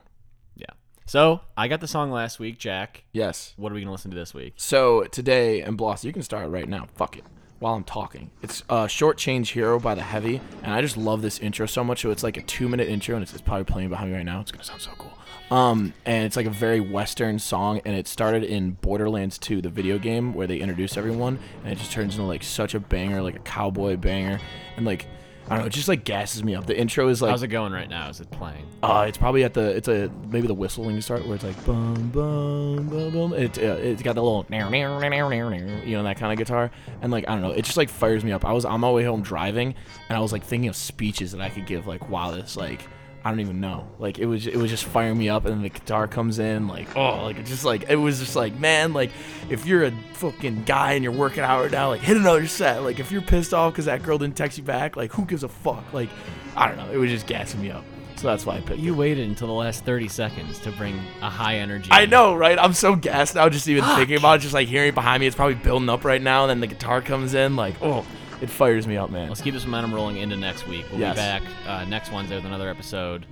B: Yeah. So I got the song last week, Jack.
A: Yes.
B: What are we gonna listen to this week?
A: So today, and Bloss, you can start right now. Fuck it. While I'm talking, it's uh, "Short Change Hero" by The Heavy, and I just love this intro so much. So it's like a two-minute intro, and it's, it's probably playing behind me right now. It's gonna sound so cool. Um, and it's like a very Western song, and it started in Borderlands 2, the video game where they introduce everyone, and it just turns into like such a banger, like a cowboy banger, and like I don't know, it just like gasses me up. The intro is like
B: How's it going right now? Is it playing?
A: uh, it's probably at the it's a maybe the whistle when you start where it's like bum bum bum bum. It uh, it's got the little you know that kind of guitar and like I don't know it just like fires me up. I was on my way home driving and I was like thinking of speeches that I could give like wow this like I don't even know like it was it was just firing me up and then the guitar comes in like oh like it just like it was just like man like if you're a fucking guy and you're working out right now like hit another set like if you're pissed off because that girl didn't text you back like who gives a fuck like I don't know it was just gassing me up. So that's why I picked
B: You
A: you.
B: waited until the last 30 seconds to bring a high energy.
A: I know, right? I'm so gassed now just even thinking about it, just like hearing it behind me. It's probably building up right now, and then the guitar comes in, like, oh, it fires me up, man.
B: Let's keep this momentum rolling into next week. We'll
A: Yes.
B: be back uh, next Wednesday with another episode.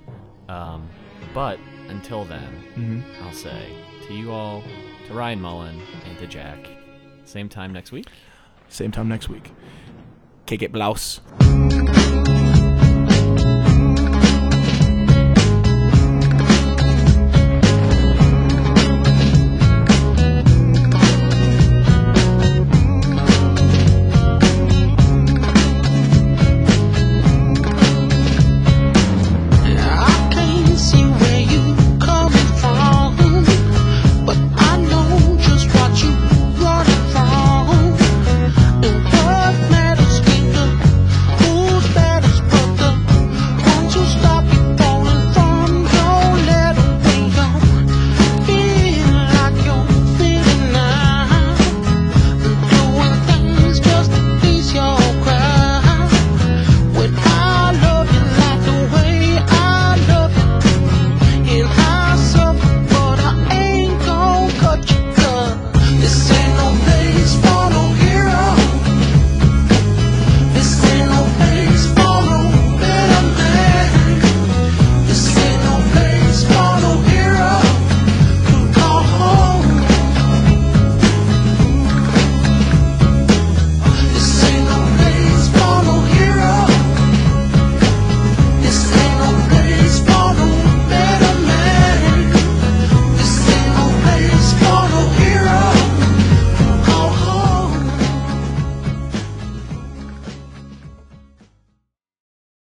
B: Um, but until then,
A: Mm-hmm.
B: I'll say to you all, to Ryan Mullen, and to Jack, same time next week.
A: Same time next week. Kick it, blouse.